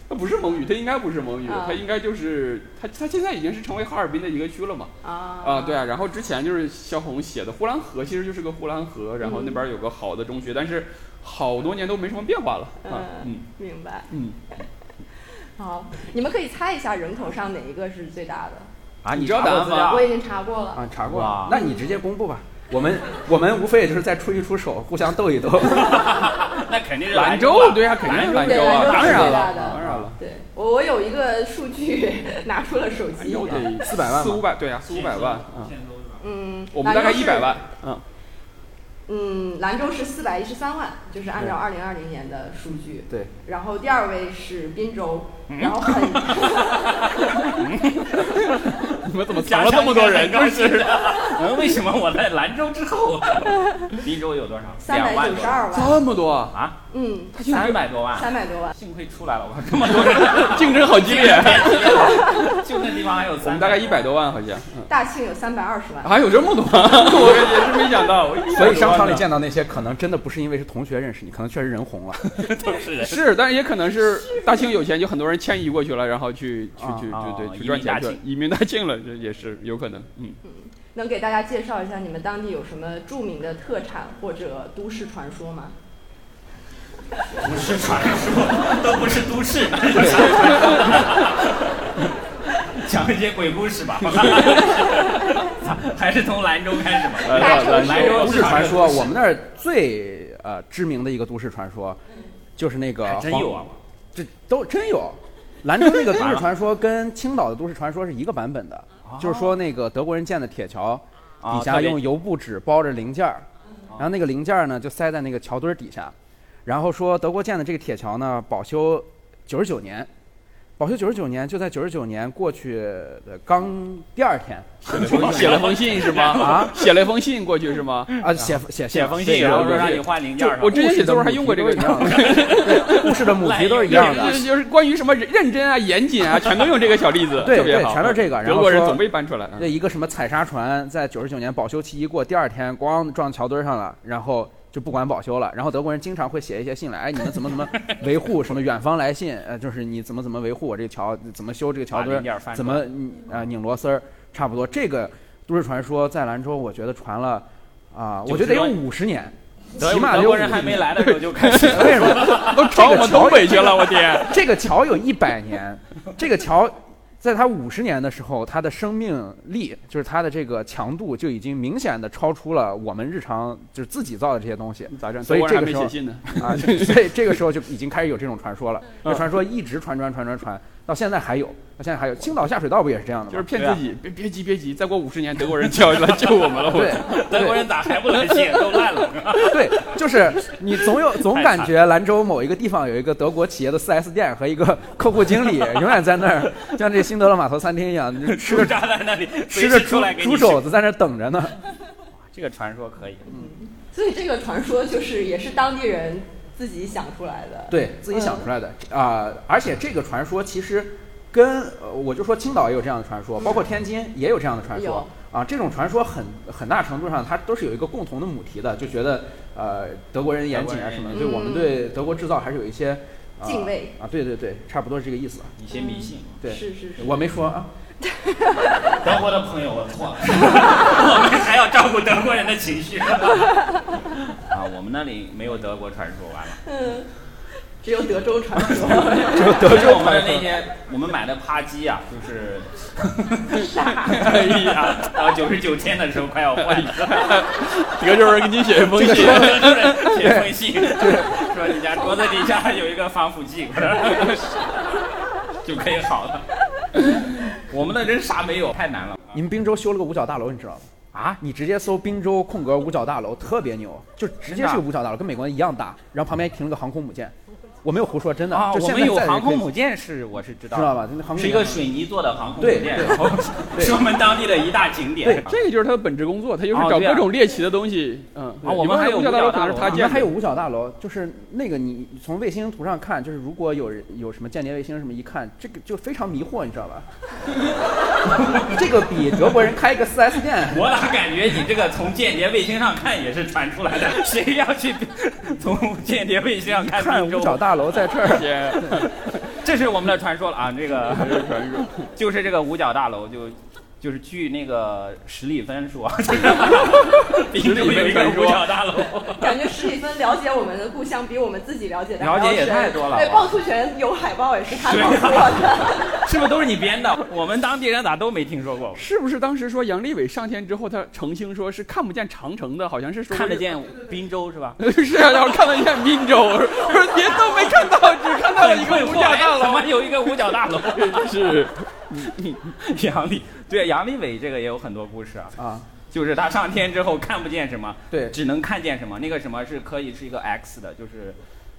S3: 它不是蒙语，它应该不是蒙语，
S2: 啊
S3: 它应该就是它它现在已经是成为哈尔滨的一个区了嘛。
S2: 啊
S3: 啊，对啊，然后之前就是萧红写的《呼兰河》，其实就是个呼兰河，然后那边有个好的中学，但是好多年都没什么变化了啊。
S2: 嗯
S3: 嗯，，
S2: 明白。
S3: 嗯，
S2: 好，你们可以猜一下人口上哪一个是最大的？
S4: 啊，
S3: 你知道答案吗
S2: 我
S4: 查过资料
S2: 已经查过了。
S5: 啊，查过
S4: 哇
S5: 了，那你直接公布吧。我们我们无非也就是再出一出手，互相斗一斗。
S4: 那肯定是
S3: 兰
S4: 州
S3: 州
S4: 吧
S3: 对啊，肯定是兰
S2: 州
S3: 州
S2: 对
S3: 啊，
S2: 兰州
S3: 当
S2: 是
S3: 然
S2: 最
S3: 了
S2: 大，的
S3: 当然了，
S2: 对，我我有一个数据 拿出了手
S5: 哎
S3: 兰
S2: 机
S3: 州，得
S5: 400万吧
S3: 四五百，对啊，四五百万啊，
S2: 嗯，
S3: 我们大概
S2: 兰州
S3: 一
S2: 是
S3: 百万，嗯，
S2: 嗯，兰州是四百一十三万，就是按照二零二零年的数据。
S5: 对。
S2: 然后第二位是滨州，
S3: 嗯
S2: 然后 很，
S3: 你们怎么
S4: 讲
S3: 藏了这么多人？就
S4: 就是是，嗯，为什么 我在兰州之 后？ 滨州有多少？
S2: 三百
S4: 两万
S2: 九
S4: 多
S2: 十二万，
S3: 这么多啊，
S4: 啊，
S2: 嗯，
S4: 三百多万。
S2: 三百多万。
S4: 幸亏出来了，我这么多人，
S3: 竞争好激烈，
S4: 就那地方还有
S3: 我
S4: 三
S3: 们
S4: 百，
S3: 大概一百多万好像，嗯
S2: 大庆有三百二十万，
S3: 还有这么多， 我也是没想到，我
S5: 所以商场里
S3: 见
S5: 见到那些，可能真的不是因为是同学认识你，可能确实人红了。
S4: 都是 人。
S3: 是，但是也可能是大庆有钱，就很多人迁移过去了，然后去去
S5: 啊
S3: 去
S4: 啊
S3: 对
S4: 移
S3: 对去
S4: 民
S3: 赚
S4: 大
S3: 钱去了
S4: 庆，
S3: 移民大庆了，这也是有可能，嗯。
S2: 能给大家介绍一下你们当地有什么著名的特产或者都市传说吗？
S4: 不是传说，都不是都市。讲一些鬼故事吧， 还是从兰州开始吧。
S2: 大城市
S4: 兰州
S5: 都市传说，我
S4: 们
S5: 们那儿最呃知名的一个都市传说，就是那个
S4: 真
S5: 黄
S4: 有啊，，
S5: 这都真有。兰州那个都市传说跟青岛的都市传说是一个版本的，就是说那个德国人建的铁桥，
S4: 啊
S5: 底下用油布纸包着零件儿，然后那个零件儿呢就塞在那个桥墩儿底下，然后说德国建的这个铁桥呢保修九十九年，保修九十九年就在九十九年过去的刚第二天
S3: 写了封信是吗？
S5: 啊，
S3: 写了封信过去是吗？
S5: 啊写写
S4: 写封信，
S5: 写
S4: 然后
S5: 封
S4: 说
S5: 信
S4: 让你换零
S3: 就
S4: 件儿。
S3: 我之前写作文还用过这个
S5: 故事的母题都是一样的，对
S3: 就。
S5: 故事的母题都是一样的
S3: 是就是关于什么认真啊、严谨啊，全都用这个小例子，
S5: 对
S3: 特别
S5: 对
S3: 好
S5: 全都是这个然后
S3: 德国人
S5: 说
S3: 总被搬出来，
S4: 嗯
S5: 那一个什么采砂船在九十九年保修期一过，第二天咣撞桥墩儿上了，然后就不管保修了。然后德国人经常会写一些信来， 哎，你们怎么怎么维护什么远方来信， 呃，就是你怎么怎么维护我这个桥，怎么修这个桥墩
S4: 把0.2
S5: 儿
S4: 翻，
S5: 怎么嗯呃拧螺丝儿，差不多。这个都市传说在兰州，我觉得传了啊、我觉得得有
S4: 90
S5: 五十年，
S4: 德
S5: 起码得
S4: 德
S5: 有
S4: 国人
S5: 50
S4: 还没
S5: 年
S4: 来的时候就开始
S5: 为 什么都
S3: 朝我们东北去了，我 天！
S5: 这个桥有一百年， 这个桥在它五十年的时候，它的生命力就是它的这个强度就已经明显的超出了我们日常就是自己造的这 些东西
S3: 咋整？
S5: 所以
S3: 德国人还
S5: 这个
S3: 没
S5: 时候
S3: 写信呢。
S5: 啊， 所以这个时候就已经开始有这种传说了。
S3: 嗯
S5: 这传说一直传传传传传，到现在还有，到现在还有。青岛下水道不也是这样的
S3: 就是
S5: 吗？
S3: 骗
S4: 对啊
S3: 自己，别别急别急，再过五十年德国人就要来救我们了。我
S5: 对，
S4: 德国人咋还不来信？都烂了。
S5: 对，就是你总有总感觉兰州某一个地方有一个德国企业的 4S 店和一个客户经理，永远在那儿，像这新德勒码头餐厅 一样，就吃
S4: 猪
S5: 着
S4: 扎在那里，随
S5: 吃着
S4: 时出
S5: 猪
S4: 来给你
S5: 猪
S4: 吃
S5: 肘子在那儿等着呢。
S4: 这个传说可以，
S2: 所以这个传说就是也是当地人自己想出来的。
S5: 对自己想出来的啊、而且这个传说其实跟呃我就说青岛也有这样的传说，包括天津也有这样的传说啊。这种传说很很大程度上它都是有一个共同的母题的，就觉得呃德国人严谨啊什么的，
S2: 德国人
S5: 对我们对德国制造还是有一些、啊
S2: 敬畏
S5: 啊。对对对，差不多是这个意思。啊
S4: 你先迷信。
S5: 对，
S2: 是是是
S5: 我没说啊。
S4: 德国的朋友，我错了，我们还要照顾德国人的情绪。啊，我们那里没有德国传说，完了。
S2: 只有德州传说。
S4: 德州我们的那些我们买的扒鸡啊，就是， 哎呀，到九十九天的时候快要换了，
S3: 德国人给你写一封
S4: 德
S3: 信，
S4: 州人写封信，说你家桌子底下有一个防腐 剂，就可以好了。我们那真啥没有，太难了
S5: 你们滨州修了个五角大楼，你知道吗？
S4: 啊！
S5: 你直接搜滨州空格五角大楼，特别牛，就直接是个五角大楼，跟美国一样大，然后旁边停了个航空母舰。我没有胡说，真的。
S4: 啊，
S5: 就
S4: 我
S5: 现在
S4: 们有
S5: 再也可以
S4: 航空母舰是我是知道
S5: 知
S4: 的，
S5: 道吧？那航空
S4: 是一个水泥做的航空母
S5: 对
S4: 舰，
S5: 对
S4: 然后
S5: 对
S4: 是我们当地的一大景点。
S3: 这个就是他的本职工作，他就是
S4: 哦
S3: 找
S4: 对啊
S3: 各种猎奇的东西。嗯，
S4: 啊我们还有
S3: 五角大
S4: 五角
S3: 楼，
S4: 大楼
S3: 可能是他
S5: 啊
S4: 啊
S5: 你
S3: 建的。
S5: 们还有五角大楼，就是那个你从卫星图上看，就是如果有人有什么间谍卫星什么一看，这个就非常迷惑，你知道吧？ 这个比德国人开一个4 S 店
S4: 我咋感觉你这个从间谍卫星上看也是传出来的？谁要去从间谍卫星上看
S5: 看
S4: 滨
S5: 五
S4: 州？
S5: 角大楼在这 儿，
S4: 这是我们的传说了啊！这个就是这个五角大楼，就就是据那个史蒂芬说， 滨州有一个五角大楼。
S2: 感觉史蒂芬了解我们的故乡比我们自己了解的还要
S4: 了解也
S2: 深
S4: 太多了
S2: 对，
S4: 哇啊
S2: 趵突泉有海报也是他搞错 的。
S4: 是不是都是你编的？我们当地人咋都没听说过？
S3: 是不是当时说杨利伟上天之后，他澄清说是看不见长城的，好像是说
S4: 看得，见滨州是吧？
S3: 是啊，然后看得见滨州，我说别都没看到，只看到一个五角大
S4: 怎
S3: 楼。
S4: 么有一个五角大楼？
S3: 是，
S4: 杨利对杨利伟这个也有很多故事啊。
S5: 啊，
S4: 就是他上天之后看不见什么，
S5: 对
S4: 只能看见什么。那个什么是可以是一个 X 的，就是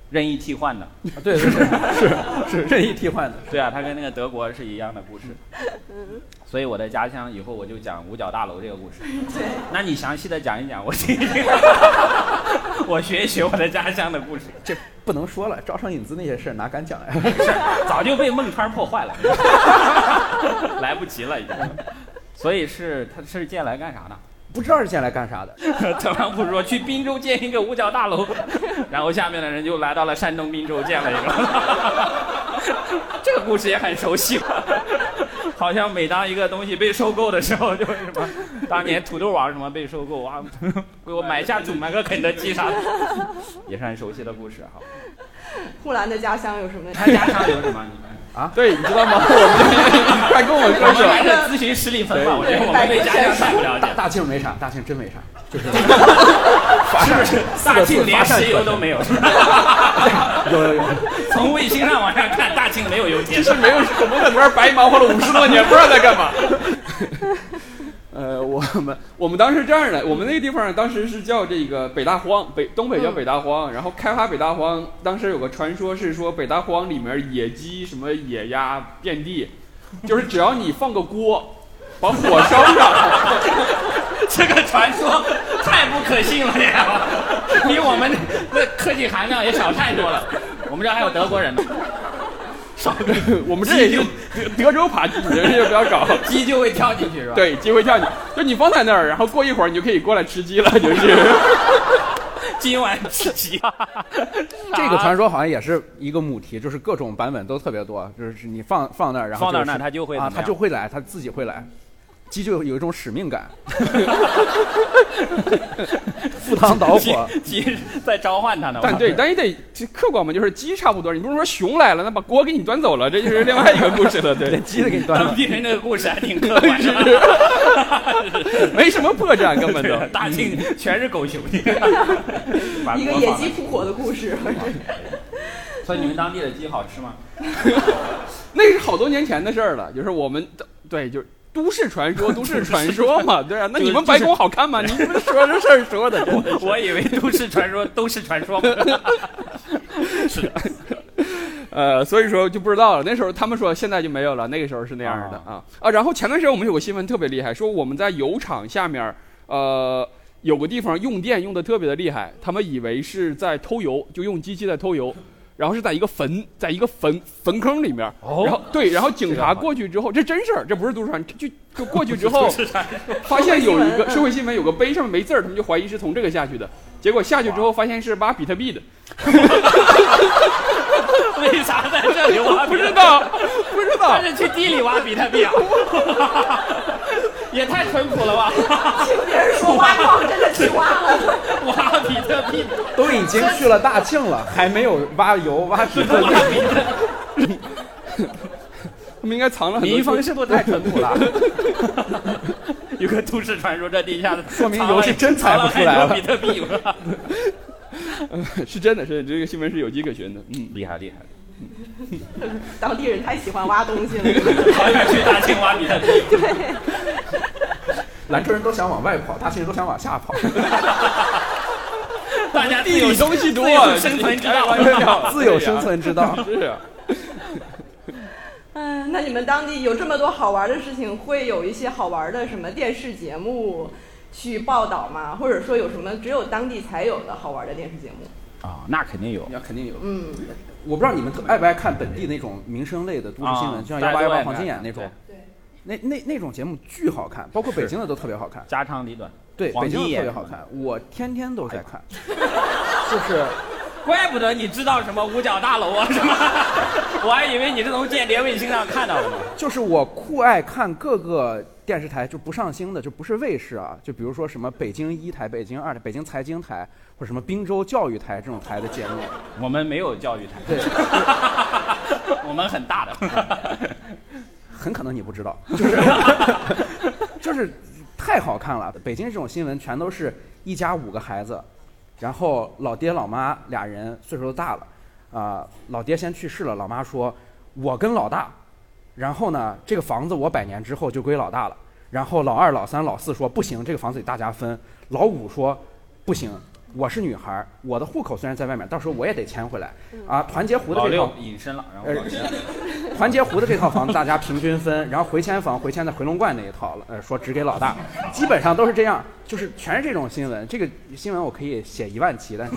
S4: 任意替换的。
S5: 对对对，是是任意替换的。
S4: 对啊，他跟那个德国是一样的故事。所以我的家乡以后我就讲五角大楼这个故事。
S2: 对，
S4: 那你详细的讲一讲，我听一听， 我学一学我的家乡的故事。
S5: 这不能说了，招商引资那些事儿哪敢讲呀？
S4: 早就被孟川破坏了， 来不及了已经。所以是他是进来干啥呢？
S5: 不知道是进来干啥的。
S4: 特朗普说去滨州建一个五角大楼，然后下面的人就来到了山东滨州建了一个。 这个故事也很熟悉，好像每当一个东西被收购的时候，就是什么当年土豆网什么被收购啊，给我买下祖买个肯德基啥的，也是很熟悉的故事哈。
S2: 呼兰的家乡有什么？
S4: 他家乡有什么？你们
S3: 对，你知道吗？我们快跟我
S4: 我
S3: 说
S4: 们
S3: 说。
S4: 还是咨询史蒂芬吧，我觉得我们对家乡太不了解
S5: 大，大庆没啥，大庆真没啥， 就是
S4: 是不是？大庆连石油都没有，
S5: 有有有，
S4: 从卫星上往上看，大庆没有油田。
S3: 是没有，我们在那边白忙活了五十多年，不知道在干嘛。呃，我们我们当时这样的，我们那个地方当时是叫这个北大荒，北东北叫
S5: 嗯
S3: 北大荒，然后开发北大荒，当时有个传说是说北大荒里面野鸡什么野鸭遍地， 就是只要你放个锅，把火烧上，
S4: 这个传说太不可信了呀，比我们的科技含量也少太多了。我们这还有德国人呢，少个
S3: 我们这也就德德州扒鸡，你这就不要搞。
S4: 鸡就会跳进去是吧？，
S3: 对，鸡会叫你，就你放在那儿，然后过一会儿你就可以过来吃鸡了，就是。
S4: 今晚几集啊？
S5: 这个传说好像也是一个母题，就是各种版本都特别多，就是你放放那儿，然后
S4: 放那儿
S5: 就是
S4: 那它就会
S5: 啊，
S4: 怎么
S5: 它
S4: 样
S5: 就会来，它自己会来。鸡就有一种使 命感，赴汤蹈 火。，
S4: 其实在召唤他呢。
S3: 但对，但也得这客观嘛，就是鸡差不多，你不能说熊来了，那把锅给你端走了，这就是另外一个故事了，对
S5: 鸡的给你端
S4: 当
S5: 了，
S4: 地人这个故事还挺客观的，
S3: 没什么破绽， 根本都。
S4: 大庆全是狗熊，
S2: 一
S4: 一
S2: 个野鸡。扑火的故 事。
S4: 所以你们当地的鸡好吃吗？
S3: 那是好多年前的事儿了，就是我们对，就是都市传说， 都市传说嘛，对啊。那
S4: 就是
S3: 你们白宫好看吗？你们说这事儿说的，真的 是
S4: 我以为都市传说都是传 说嘛。是的，
S3: 呃，所以说就不知道了。那时候他们说现在就没有了，那个时候是那样的啊啊。然后前段时间我们有个新闻特别厉害，说我们在油厂下面儿，呃，有个地方用电用的特别的厉害，他们以为是在偷油，就用机器在偷油。然后是在一个坟，在一个坟坟坑里面儿，
S4: 哦
S3: 然后对，然后警
S4: 这样
S3: 察
S4: 啊
S3: 过去之后，这真事儿，这不是都市传，就就过去之后
S4: 都，市传说
S3: 发现有一个
S2: 嗯
S3: 社会新闻有个碑上面没字儿，他们就怀疑是从这个下去的。结果下去之后发现是挖比特币的，
S4: 为啥在这里挖？
S3: 不知，道， 不知道
S4: 他。是去地里挖比特币啊？ 也太淳朴了吧！
S2: 别人说挖矿真的去挖了，
S4: 挖比特币，
S5: 都已经去了大庆了，还没有挖油挖皮特币。
S3: 他们应该藏了很多。
S4: 民风是不是太淳朴了？有个都市传说，这地下
S5: 说明油是真采不出来了
S4: 藏很多比特币吧，
S3: 是真的，是这个新闻是有迹可循的。嗯，
S4: 厉害厉害！
S2: 当地人太喜欢挖东西 了。
S4: 好想去大庆挖比特币。
S5: 兰州人都想往外跑，大庆人都想往下跑，
S4: 大家
S3: 地理东西多
S4: 自
S3: 啊，
S4: 由生存之道
S3: 哎完全了
S5: 自有生存 之道。
S3: 对呀
S2: 嗯，那你们当地有这么多好玩的事情，会有一些好玩的什么电视节目去报道吗？或者说有什么只有当地才有的好玩的电视节 目？
S4: 啊，那肯定有
S5: 你。要肯定有，
S2: 嗯，
S5: 我不知道你们特爱不爱看本地那种民生类的都市新闻，
S4: 啊
S5: 就像
S4: 大
S5: 幺
S4: 家
S5: 八
S4: 都
S5: 幺
S4: 爱
S5: 八
S4: 看
S5: 黄金眼那种，那那那种节目巨好看，包括北京的都特别好看。
S4: 家长里短，
S5: 对，
S4: 黄
S5: 北京
S4: 金
S5: 的
S4: 眼
S5: 特别好。看，我天天都在看，
S4: 哎
S5: 就是
S4: 怪不得你知道什么五角大楼啊 什么，我还以为你是从间谍卫星上看到的呢。
S5: 就是我酷爱看各个电视台，就不上星的，就不是卫视啊，就比如说什么北京一台、北京二台、北京财经台，或者什么滨州教育台这种台的节目。
S4: 我们没有教育台，
S5: 对，
S4: 我们很大 的。
S5: 很可能你不知道， 就是就是太好看了。北京这种新闻全都是一家五个孩子，然后老爹老妈俩人岁数都大了，啊、老爹先去世了，老妈说我跟老大，然后呢这个房子我百年之后就归老大了，然后老二老三老四说不行，这个房子得大家分，老五说不行。我是女孩儿，我的户口虽然在外面，到时候我也得迁回来啊。团结湖的
S4: 老
S5: 这个
S4: 六隐身了，然
S5: 呃
S4: 后 老七
S5: 团结湖的这套房子大家平均分，然后回迁房回迁在回龙观那一套了，呃，说只给老大，基本上都是这样，就是全是这种新闻。这个新闻我可以写一万期，但是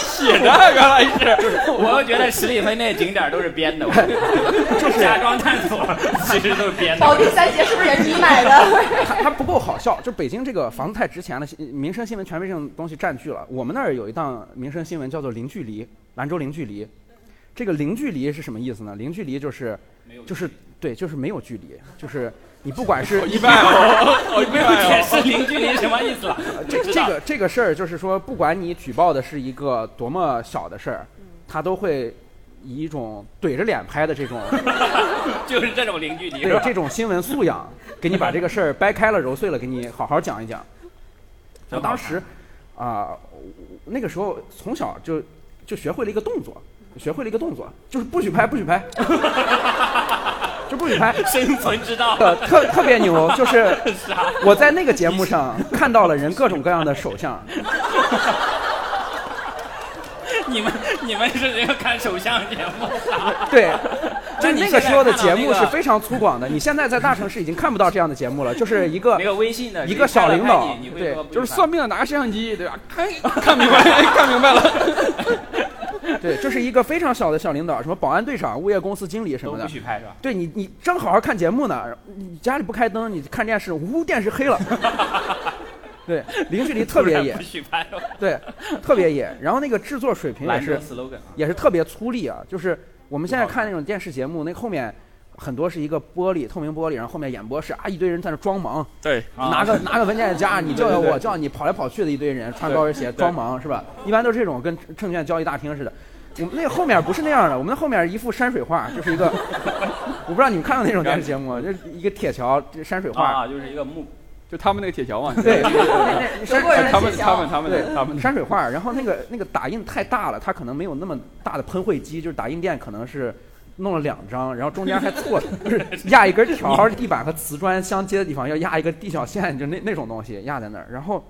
S3: 写的原来是
S4: 我觉得十里分那景点都是编的， 就是假装探索，其实都是编
S2: 保
S5: 哦
S4: 的。
S2: 定三杰是不是也是你买 的？
S5: 它它不够好笑。就北京这个房子太值钱了，新民生新闻全被这种东西占据了。我们那儿有一档民生新闻叫做《零距离》，兰州零距离。这个零距离是什么意思呢？零距离就是，就是对，就是没有距离，就是你不管是
S3: 一般哦，哦一
S4: 没
S3: 般
S4: 有
S3: 哦
S4: 解释零距离什么意思 了？
S5: 啊这
S4: 知
S5: 这
S4: 道
S5: 个这个事儿，就是说，不管你举报的是一个多么小的事儿，他都会以一种怼着脸拍的 这种
S4: 就是这种零距离。是
S5: 对
S4: 吧
S5: 这种新闻素养，给你把这个事儿掰开了揉碎了，给你好好讲一讲。我
S4: 真好
S5: 当时啊、我那个时候从小就就学会了一个动作，学会了一个动作，就是不许拍，不许拍， 就不许拍。
S4: 生存之道，
S5: 呃，特特别牛，就是
S4: 是啊，
S5: 我在那个节目上看到了人各种各样的手相，
S4: 你们你们是这个看首相节目的，
S5: 对，就
S4: 那你
S5: 那个时候的节
S4: 现在看
S5: 目
S4: 到那
S5: 是
S4: 个
S5: 非常粗犷的，你现在在大城市已经看不到这样的节目了，就是一个
S4: 那个微信的
S5: 一个小领导
S4: 你会
S5: 对
S4: 说不
S3: 就是
S4: 看
S3: 算命的拿个摄像机，对吧？ 看看明白，看明白了。
S5: 对，就是一个非常小的小领导，什么保安队长、物业公司经理什
S4: 都
S5: 么
S4: 不
S5: 的。
S4: 许拍是吧？
S5: 对你，你 正好好看节目呢，你家里不开灯，你看电视，呜，电视黑了。对，零距离特别野
S4: 不，许拍 了。
S5: 对，特别野。然后那个制作水平也
S4: 兰州
S5: 是
S4: slogan 啊，
S5: 也是特别粗粝啊，就是我们现在看那种电视节目，那后面很多是一个玻璃透明玻璃，然后后面演播室啊一堆人在那装忙，
S3: 对，
S4: 啊
S5: 拿个 拿个文件夹，你叫叫
S3: 对对
S5: 我叫你，跑来跑去的一堆人，穿
S3: 对
S5: 高跟鞋
S3: 对
S5: 装忙是吧？一般都是这种跟证证券交易大厅似的。我们那个后面不是那样的，我们那后面一幅山水画，就是一个， 我不知道你们看到那种电视 节目，就是一个铁桥这山水画，
S4: 啊，就是一个木
S3: 就他们那个铁桥嘛，
S5: 对，
S2: 德
S5: 山
S2: 国人
S3: 他们
S2: 写
S3: 他
S2: 笑
S3: 们他们
S5: 对
S3: 他们
S5: 山水画，然后那个那 个打印太大了，它可能没有那么大的喷绘机，就是打印店可能是弄了两张，然后中间还错， 就是压一根条儿，地板和瓷砖相接的地方要压一个地角线，就那那种东西压在那儿。然后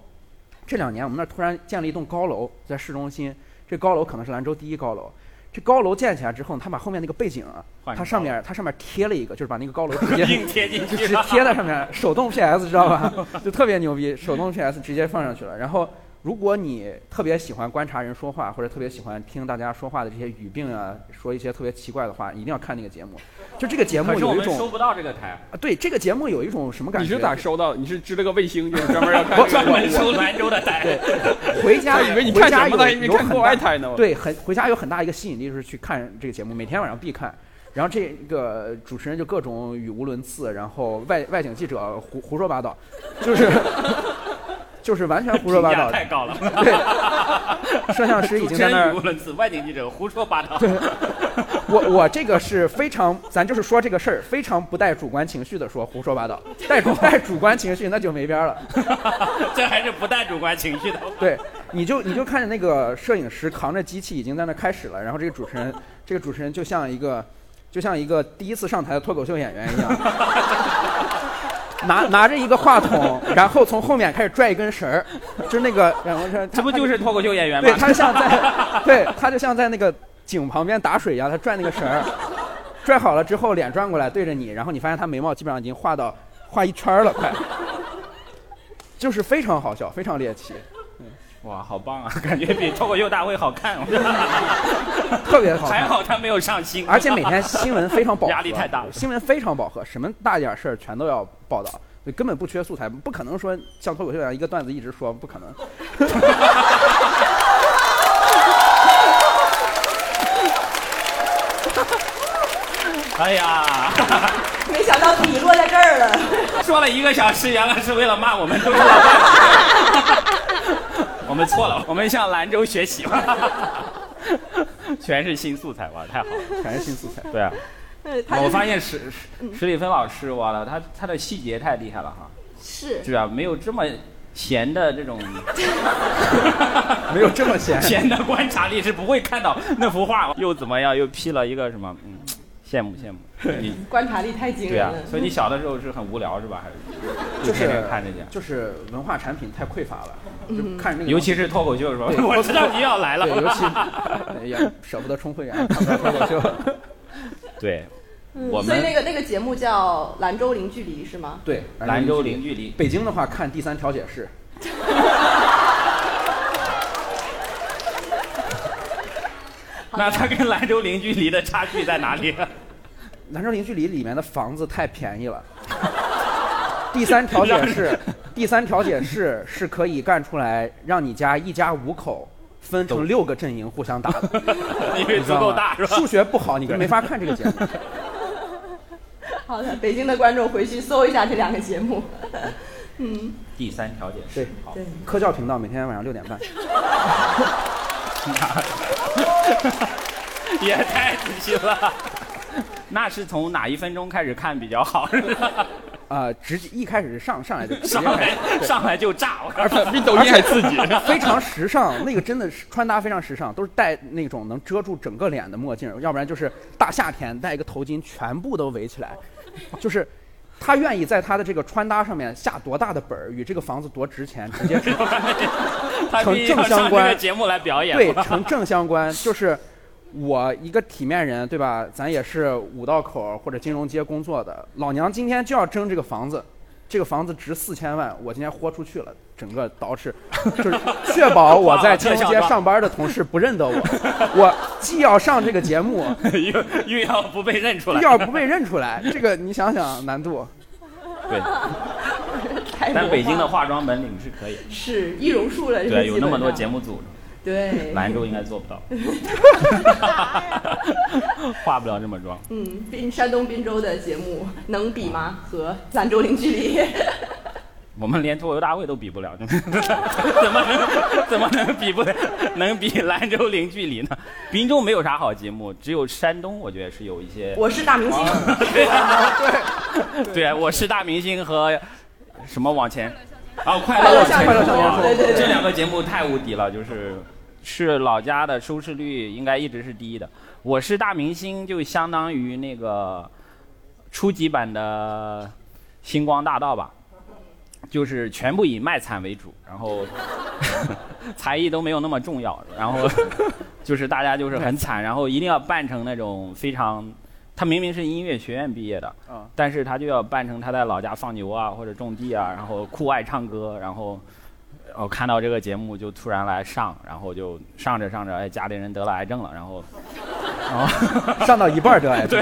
S5: 这两年我们那儿突然建了一栋高楼，在市中心，这高楼可能是兰州第一高楼。这高楼建起来之后，他把后面那个背景啊，
S4: 换
S5: 它
S4: 成
S5: 上面它上面贴了一个，就是把那个高楼直接
S4: 硬贴进
S5: 就
S4: 去
S5: 是
S4: 了，
S5: 贴在上面，手动 PS 知道吧？就特别牛逼，手动 PS 直接放上去了。然后，如果你特别喜欢观察人说话，或者特别喜欢听大家说话的这些语病啊，说一些特别奇怪的话，一定要看那个节目。就这个节目
S4: 可是我
S5: 有一
S4: 们
S5: 种
S4: 收，不到这个台，
S5: 啊对这个节目有一种什么感
S3: 你
S5: 觉？
S3: 是咋收到的？你是支了个卫星，就是专门要看
S5: 我
S3: 这
S4: 专
S3: 个？
S4: 门收兰州的台。
S5: 对，回家
S3: 我以为你看什么呢？
S5: 回家
S3: 以
S5: 有
S3: 为
S5: 有
S3: 看
S5: 很
S3: 国
S5: 大
S3: 外台呢。我
S5: 对，很回家有很大一个吸引力就是去看这个节目，每天晚上必看。然后这个主持人就各种语无伦次，然后外外景记者胡胡说八道，就是 就是完全胡说八
S4: 评价
S5: 道。
S4: 太高了，
S5: 对，摄像师已经在
S4: 主持人
S5: 那
S4: 语
S5: 儿。
S4: 无伦次，外景记者胡说八道。
S5: 我我这个是非常，咱就是说这个事儿非常不带主观情绪的说胡说八道，带主带主观情绪那就没边儿了。
S4: 这还是不带主观情绪的。
S5: 对，你就你就看着那个摄影师扛着机器已经在那开始了，然后这个主持人， 这个主持人就像一个，就像一个第一次上台的脱口秀演员一样， 拿拿着一个话筒，然后从后面开始拽一根绳儿，就是那个，然后他
S4: 这不就是脱口秀演员吗
S5: 对？他像在，对他就像在那个井旁边打水一样，他拽那个绳儿，拽好了之后脸转过来对着你，然后你发现他眉毛基本上已经画到画一圈儿了，快，就是非常好笑，非常猎奇。
S4: 哇，好棒啊！感觉比脱口秀大会好 看。哦
S5: 特别好看哎
S4: 还好他没有上新，
S5: 而且每天新闻非常饱 和，
S4: 压力太大了
S5: 新闻非常饱和，什么大点事儿全都要报道，就根本不缺素材，不可能说像脱口秀一样一个段子一直说，不可能。
S4: 哎呀，
S2: 没想到底落在这儿了。
S4: 说了一个小时，原来是为了骂我们中国老 外。我们错 了，我们向兰州学习 吧。全是新素材哇，太好了。
S5: 全是 新素材。
S4: 对 啊，
S2: 嗯他
S4: 我
S2: 就是嗯
S4: 发现史史史蒂芬老师完了，他他的细节太厉害了哈，
S2: 是
S4: 对吧？没有这么闲的 这种。
S5: 没有这么闲
S4: 闲的观察力是不会看到那幅画又怎么样，又 P 了一个什么，嗯，羡慕 羡慕。你
S2: 观察力太惊
S4: 对
S2: 人嗯
S4: 啊
S2: 了，。
S4: 所以你小的时候是很无聊是吧？还是
S5: 就
S4: 就是天天看这些，
S5: 就是文化产品太匮乏了，
S4: 嗯
S5: 就看着那个，
S4: 尤其是脱口秀是吧？
S5: 对
S4: 我知道你要来了
S5: 对，，尤其哎呀舍不得充会员，看不到脱口秀。
S4: 对，
S2: 嗯
S4: 我们
S2: 所以那个那个节目叫《兰州零距离》是吗？
S5: 对，
S4: 兰州零距离。
S5: 北京的话看第三调解室，
S4: 那它跟兰州零距离的差距在哪 里？
S5: 兰州零距离里面的房子太便宜了。第三调解 室，第三调解室是可以干出来让你家一家五口分成六个阵营互相打 的，
S4: 因为
S5: 你知
S4: 足
S5: 道
S4: 够
S5: 吗
S4: 大是吧？
S5: 数学不好，你就没法看这个节目。
S2: 好的，北京的观众回去搜一下这两个节目。 嗯，
S4: 第三调解
S5: 对
S4: 室，好，
S2: 对，
S5: 科教频道每天晚上六点半，
S4: 也太仔细了。那是从哪一分钟开始看比较好？
S5: 啊，直接一开始是上上来就直接
S4: 上
S5: 开
S4: 来
S5: 始，
S4: 上来就炸，我告
S3: 而
S4: 诉你
S3: 且比抖音还刺激。
S5: 非常时尚，那个真的是穿搭非常时尚，都是戴那种能遮住整个脸的墨镜，要不然就是大夏天戴一个头巾，全部都围起来，就是。他愿意在他的这个穿搭上面下多大的本儿，与这个房子多值钱，直接
S4: 他必须要上这个节目来 表演。
S5: 对成正相关。就是我一个体面人，对吧？咱也是五道口或者金融街工作的，老娘今天就要争这个房子，这个房子值四千万，我今天豁出去了，整个捯饬，就是 确保我在金融街上班的同事不认得我，我既要上这个节 目，
S4: 又又要不被认出来
S5: 又。要不被认出来，这个你想想难度。
S4: 对，
S2: 开模
S4: 但北京的
S2: 化
S4: 化妆本领是可以的，
S2: 是易容术了，这个
S4: 对， 有
S2: 基
S4: 那
S2: 本
S4: 么多
S2: 上
S4: 节，目组，
S2: 对，
S4: 兰州应该做不到，化不了这么妆。
S2: 嗯，滨山东滨州的节目能比吗？和兰州零距离？
S4: 我们连脱口秀大会都比不了， 怎么能怎么能比不了？能比兰州零距离呢？ 滨州没有啥好节目，只有山东我觉得是有一些。
S2: 我是大明星，
S4: 哦 对啊，我是大明星和什么往前，哦，
S2: 快
S4: 快乐
S2: 乐
S4: 往
S2: 向
S4: 前
S2: 前
S5: 冲
S4: 冲
S2: 对对对
S4: 这两个节目太无敌了，就是是老家的收视率应该一直是第一的。我是大明星就相当于那个初级版的星光大道吧，就是全部以卖惨为主，然后 才艺都没有那么重要，然后就是大家就是很惨，然后一定要扮成那种非常。他明明是音乐学院毕业的，
S5: 啊
S4: 但是他就要扮成他在老家放牛啊，或者种地啊，然后酷爱唱歌，然后我看到这个节目就突然来上，然后就上着上着，哎，家里人得了癌症了，然后
S5: 上到一半儿 得癌症，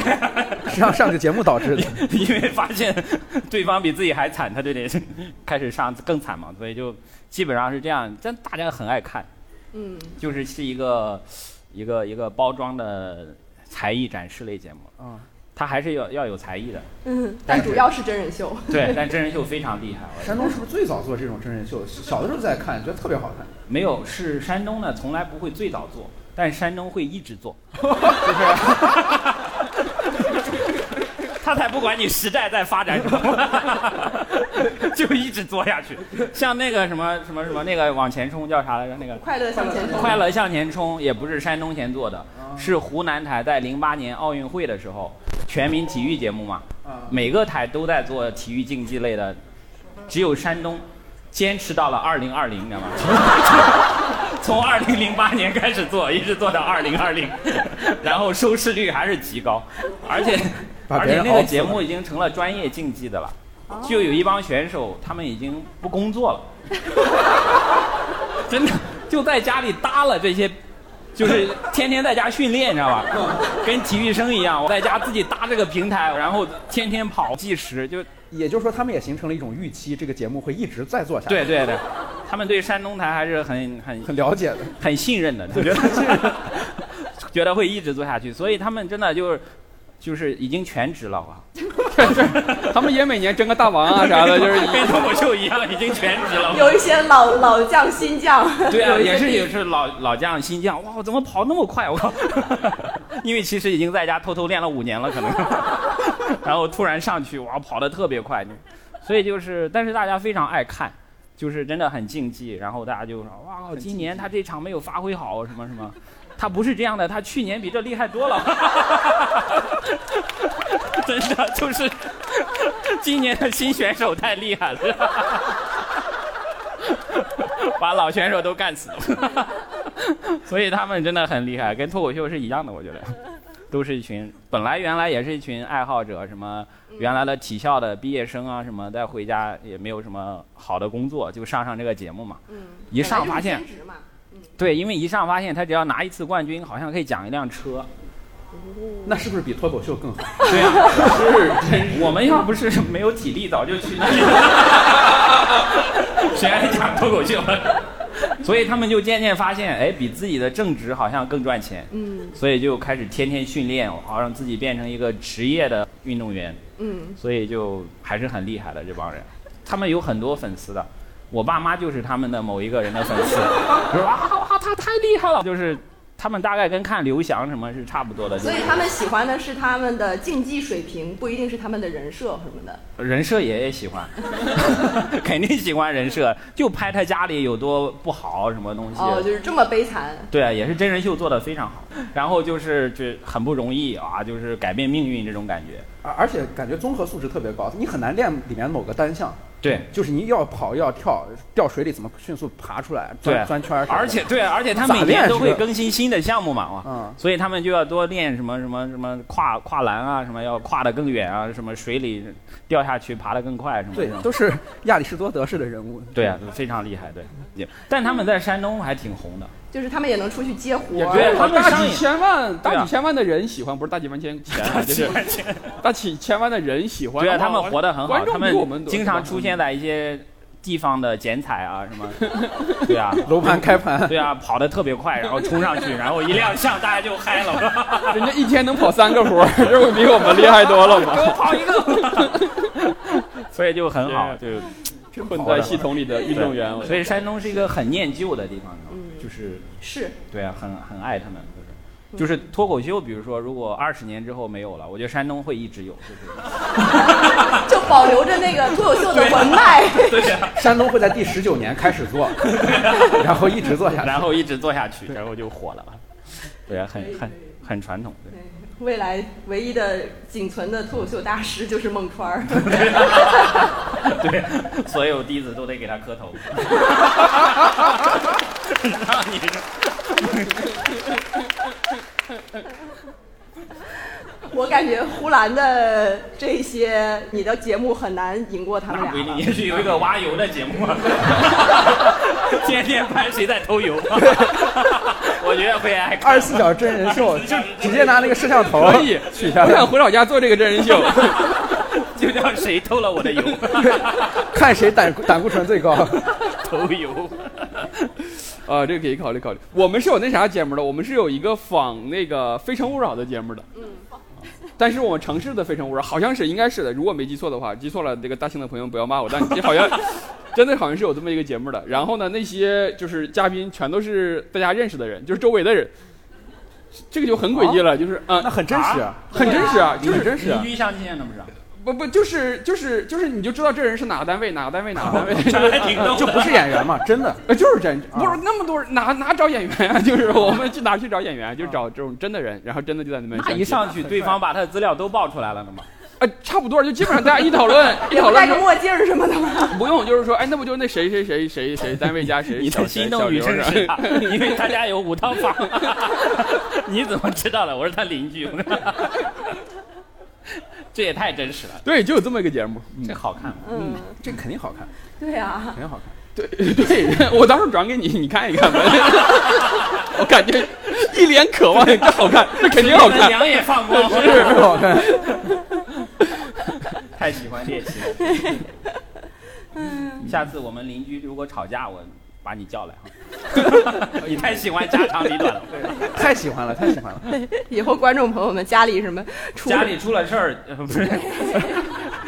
S5: 上上个节目导致的。
S4: 因为发现对方比自己还惨，他就得开始上更惨嘛，所以就基本上是这样。但大家很爱看，
S2: 嗯，
S4: 就是是一个一个一个包装的才艺展示类节目，
S5: 嗯，
S4: 他还是要要有才艺的。
S2: 嗯， 但主要是真人秀。
S4: 对，但真人秀非常厉害，我觉得
S5: 山东是不是最早做这种真人秀？小的时候在看，觉得特别好看。
S4: 没有是山东呢，从来不会最早做，但是山东会一直做，就是。 他才不管你时代在发展什么， 就一直做下去。像那个什么什么什么那个往前冲叫啥来着？那个
S2: 快乐向前冲，
S4: 快乐向前冲也不是山东前做的，是湖南台在零八年奥运会的时候，全民体育节目嘛，
S5: 啊，
S4: 每个台都在做体育竞技类的，只有山东坚持到了二零二零，你知道吗？ 从二零零八年开始做，一直做到二零二零，然后收视率还是极高，而且
S5: 把
S4: 而
S5: 别
S4: 且
S5: 人
S4: 那个
S5: 熬死
S4: 节目已经成了专业竞技的了，就有一帮选手他们已经不工作了， 真的就在家里搭了这些。就是天天在家训练，你知道吧？跟体育生一样，我在家自己搭这个平台，然后天天跑计时，就
S5: 也就是说，他们也形成了一种预期，这个节目会一直再做下去。
S4: 对，对对，他们对山东台还是很很
S5: 很了解的。
S4: 很信任 的，他觉得觉得会一直做下去， 所以他们真的就是就是已经全职了啊，
S3: 他们也每年争个大王啊啥 的，就是一
S4: 跟脱口秀一样，已经全职了。
S2: 有一些老老将新将，
S4: 对啊，
S2: 有一些
S4: 也是
S2: 地
S4: 也是老老将新将，哇，我怎么跑那么快？我靠！ 因为其实已经在家偷偷练了五年了，可能， 然后突然上去，哇，跑得特别快，所以就是，但是大家非常爱看，就是真的很竞技，然后大家就说，哇，今年他这场没有发挥好，什么什么，他不是这样的，他去年比这厉害多了， 真的就是 今年的新选手太厉害了。把老选手都干死了， 所以他们真的很厉害，跟脱口秀是一样的，我觉得，都是一群本来原来也是一群爱好者，什么原来的体校的毕业生啊，什么再回家也没有什么好的工作，就上上这个节目嘛。
S2: 嗯，
S4: 一上发现
S2: 本来就是兼职嘛
S4: 对，因为一上发现他只要拿一次冠军，好像可以奖一辆车。
S5: 那是不是比脱口秀更好？
S4: 对啊，是，我们要不是没有体力，早就去 那里了。谁还讲脱口 秀？所以他们就渐渐发现，哎，比自己的正职好像更赚钱，
S2: 嗯
S4: 所以就开始天天训练，好让自己变成一个职业的运动员。
S2: 嗯，
S4: 所以就还是很厉害的这帮人，他们有很多粉丝的。我爸妈就是他们的某一个人的粉 丝，就说啊哇，他太厉害了，就是他们大概跟看刘翔什么是差不多的，就
S2: 所
S4: 是
S2: 以他们喜欢的是他们的竞技水平，不一定是他们的人设什么的。
S4: 人设爷爷 喜欢，肯定喜欢人设，就拍他家里有多不好什么东西。
S2: 哦，就是这么悲惨。
S4: 对啊，也是真人秀做的非常好，然后就是这很不容易啊，就是改变命运这种感觉。
S5: 而而且感觉综合素质特别高，你很难练里面某个单项，
S4: 对，
S5: 就是你要跑又要跳，掉水里怎么迅速爬出来，
S4: 对
S5: 钻钻圈儿啥的。
S4: 而且对啊，而且他
S5: 咋
S4: 每
S5: 练
S4: 年都
S5: 是
S4: 会
S5: 吧
S4: 更新新的项目嘛，哇，
S5: 嗯
S4: 所以他们就要多练什么什么什么跨跨栏啊，什么要跨得更远啊，什么水里掉下去爬得更快什么啊
S5: 对
S4: 这，种
S5: 都是亚里士多德式的人物。
S2: 嗯
S4: 对啊，非常厉害，对，也但他们在山东还挺红的。
S2: 就是他们也能出去接活
S3: 也
S2: 儿，
S4: 对
S3: 他
S4: 他
S3: 们
S4: 们
S3: 大
S4: 商
S3: 几
S4: 业
S3: 千万，
S4: 对
S3: 大
S4: 啊
S3: 几千万的人喜欢，不是大几万 千钱啊，
S4: 大
S3: 就
S4: 几
S3: 是
S4: 万 千，
S3: 大几千万的人喜欢。
S4: 对啊，
S3: 哇
S4: 他们活得很好
S3: 观，
S4: 他
S3: 众比我
S4: 们
S3: 多
S4: 经常出现在一些地方的剪彩啊什么， 对啊，
S5: 楼盘开盘，
S4: 对啊，跑得特别快，然后冲上去，然后一亮相，大家就嗨了，
S3: 人家一天能跑三个活儿，这不比我们 厉害多了
S4: 给我
S3: 吗？
S4: 跑一个， 所以就很好，就
S3: 混在系统里的运动员，我
S4: 所以山东是一个很念旧的地方，就是
S2: 是
S4: 对啊，很很爱他们，就是就是脱口秀，比如说如果二十年之后没有了，我觉得山东会一直有， 就是
S2: 就保留着那个脱口秀的文脉。
S4: 对呀、
S5: 山东会在第十九年开始做， 然后一直做下
S4: 然
S5: 去。
S4: 后一直做下去，然后就火了，对啊，很很很传统，对。
S2: 未来唯一的仅存的脱口秀大师就是孟川儿。
S4: 对，所有弟子都得给他磕头。然后你
S2: 我感觉呼兰的这些你的节目很难赢过他们
S4: 那
S2: 俩
S4: 不一定，
S2: 了。
S4: 也许有一个挖油的节目，啊 天天拍谁在偷油。 我觉得会爱 看
S5: 二十四小时真人秀，就直接拿那个摄像头
S3: 可以
S5: 取，下
S3: 我想
S5: 来，
S3: 回老家做这个真人秀。
S4: 就叫谁偷了我的油，
S5: 看谁胆固胆固醇最高。
S4: 偷油。
S3: 啊，这个可以考虑考虑。我们是有那啥节目的，我们是有一个仿那个《非诚勿扰》的节目的。嗯。 但是我们城市的《非诚勿扰》好像是应该是的，如果没记错的话，记错了这个大庆的朋友不要骂我，但这好 像真的好像是有这么一个节目的。然后呢，那些就是嘉宾全都是大家认识的人，就是周围的人，这个就很诡异了，就是啊、
S5: 哦那很真实啊，
S3: 很真实啊，就
S5: 很
S3: 是
S5: 真实啊
S4: 邻。居相亲啊，那不是？
S3: 不不就是就是就是你就知道这人是哪个单位哪个单位哪个单位，
S5: 哦
S4: 还挺逗的，
S5: 就不是演员嘛，真的。
S3: 呃，就是真，
S5: 啊
S3: 不是那么多人哪哪找演员啊？就是我们去哪去找演员啊？就找这种真的人，然后真的就在那边
S4: 那
S3: 相
S4: 一
S3: 亲
S4: 上去，对方把他的资料都爆出来了呢嘛。
S3: 呃，差不多就基本上大家一 讨论一
S2: 也
S3: 讨
S2: 不戴
S3: 论
S2: 个
S3: 说
S2: 墨镜儿什么的吗？
S3: 不用就是说哎，那不就是那谁谁谁谁谁单位加 谁
S4: 你
S3: 小
S4: 的
S3: 谁
S4: 心
S3: 小
S4: 动女
S3: 刘
S4: 生是
S3: 啥
S4: 他， 因为他家有五套房。 你怎么知道的？我是他邻居。 这也太真实了，
S3: 对，就有这么一个节目。
S4: 这好看吗？
S2: 嗯，
S5: 这肯定好看，
S2: 对啊，
S5: 肯定好看。
S3: 对对，我到时候转给你，你看一看吧。 我感觉一脸渴望，这好看， 这肯定好
S4: 你的
S3: 看。
S4: 娘也放光了，
S5: 这个好看。
S4: 太喜欢猎奇了。下次我们邻居如果吵架，我把你叫来哈。 你太喜欢家长里短了，
S5: 太喜欢了，太喜欢了。
S2: 以后观众朋友们家里什么出
S4: 家里出了事儿， 呃不是，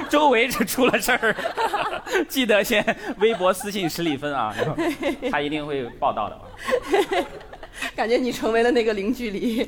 S4: 周围是出了事儿， 记得先微博私信十里芬啊，他一定会报道的啊。
S2: 感觉你成为了那个零距离。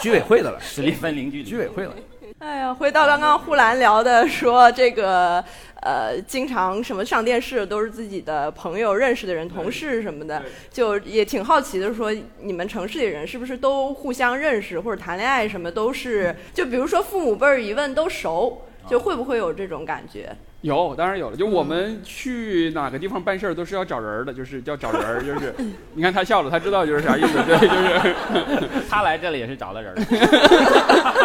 S5: 居委会的了，
S4: 十里芬邻居
S5: 居委会了。
S2: 哎呀，回到刚刚呼兰聊的说这个，呃，经常什么上电视都是自己的朋友、认识的人、同事什么的，就也挺好奇的说，你们城市里人是不是都互相认识或者谈恋爱什么都
S4: 嗯
S2: 是？就比如说父母辈儿一问都熟，
S4: 啊
S2: 就会不会有这种感觉？
S3: 有，当然有了。就我们去哪个地方办事儿都是要找人儿的，就是叫找人儿，就是你看他笑了，他知道就是啥意思，对，就是。
S4: 他来这里也是找了人儿，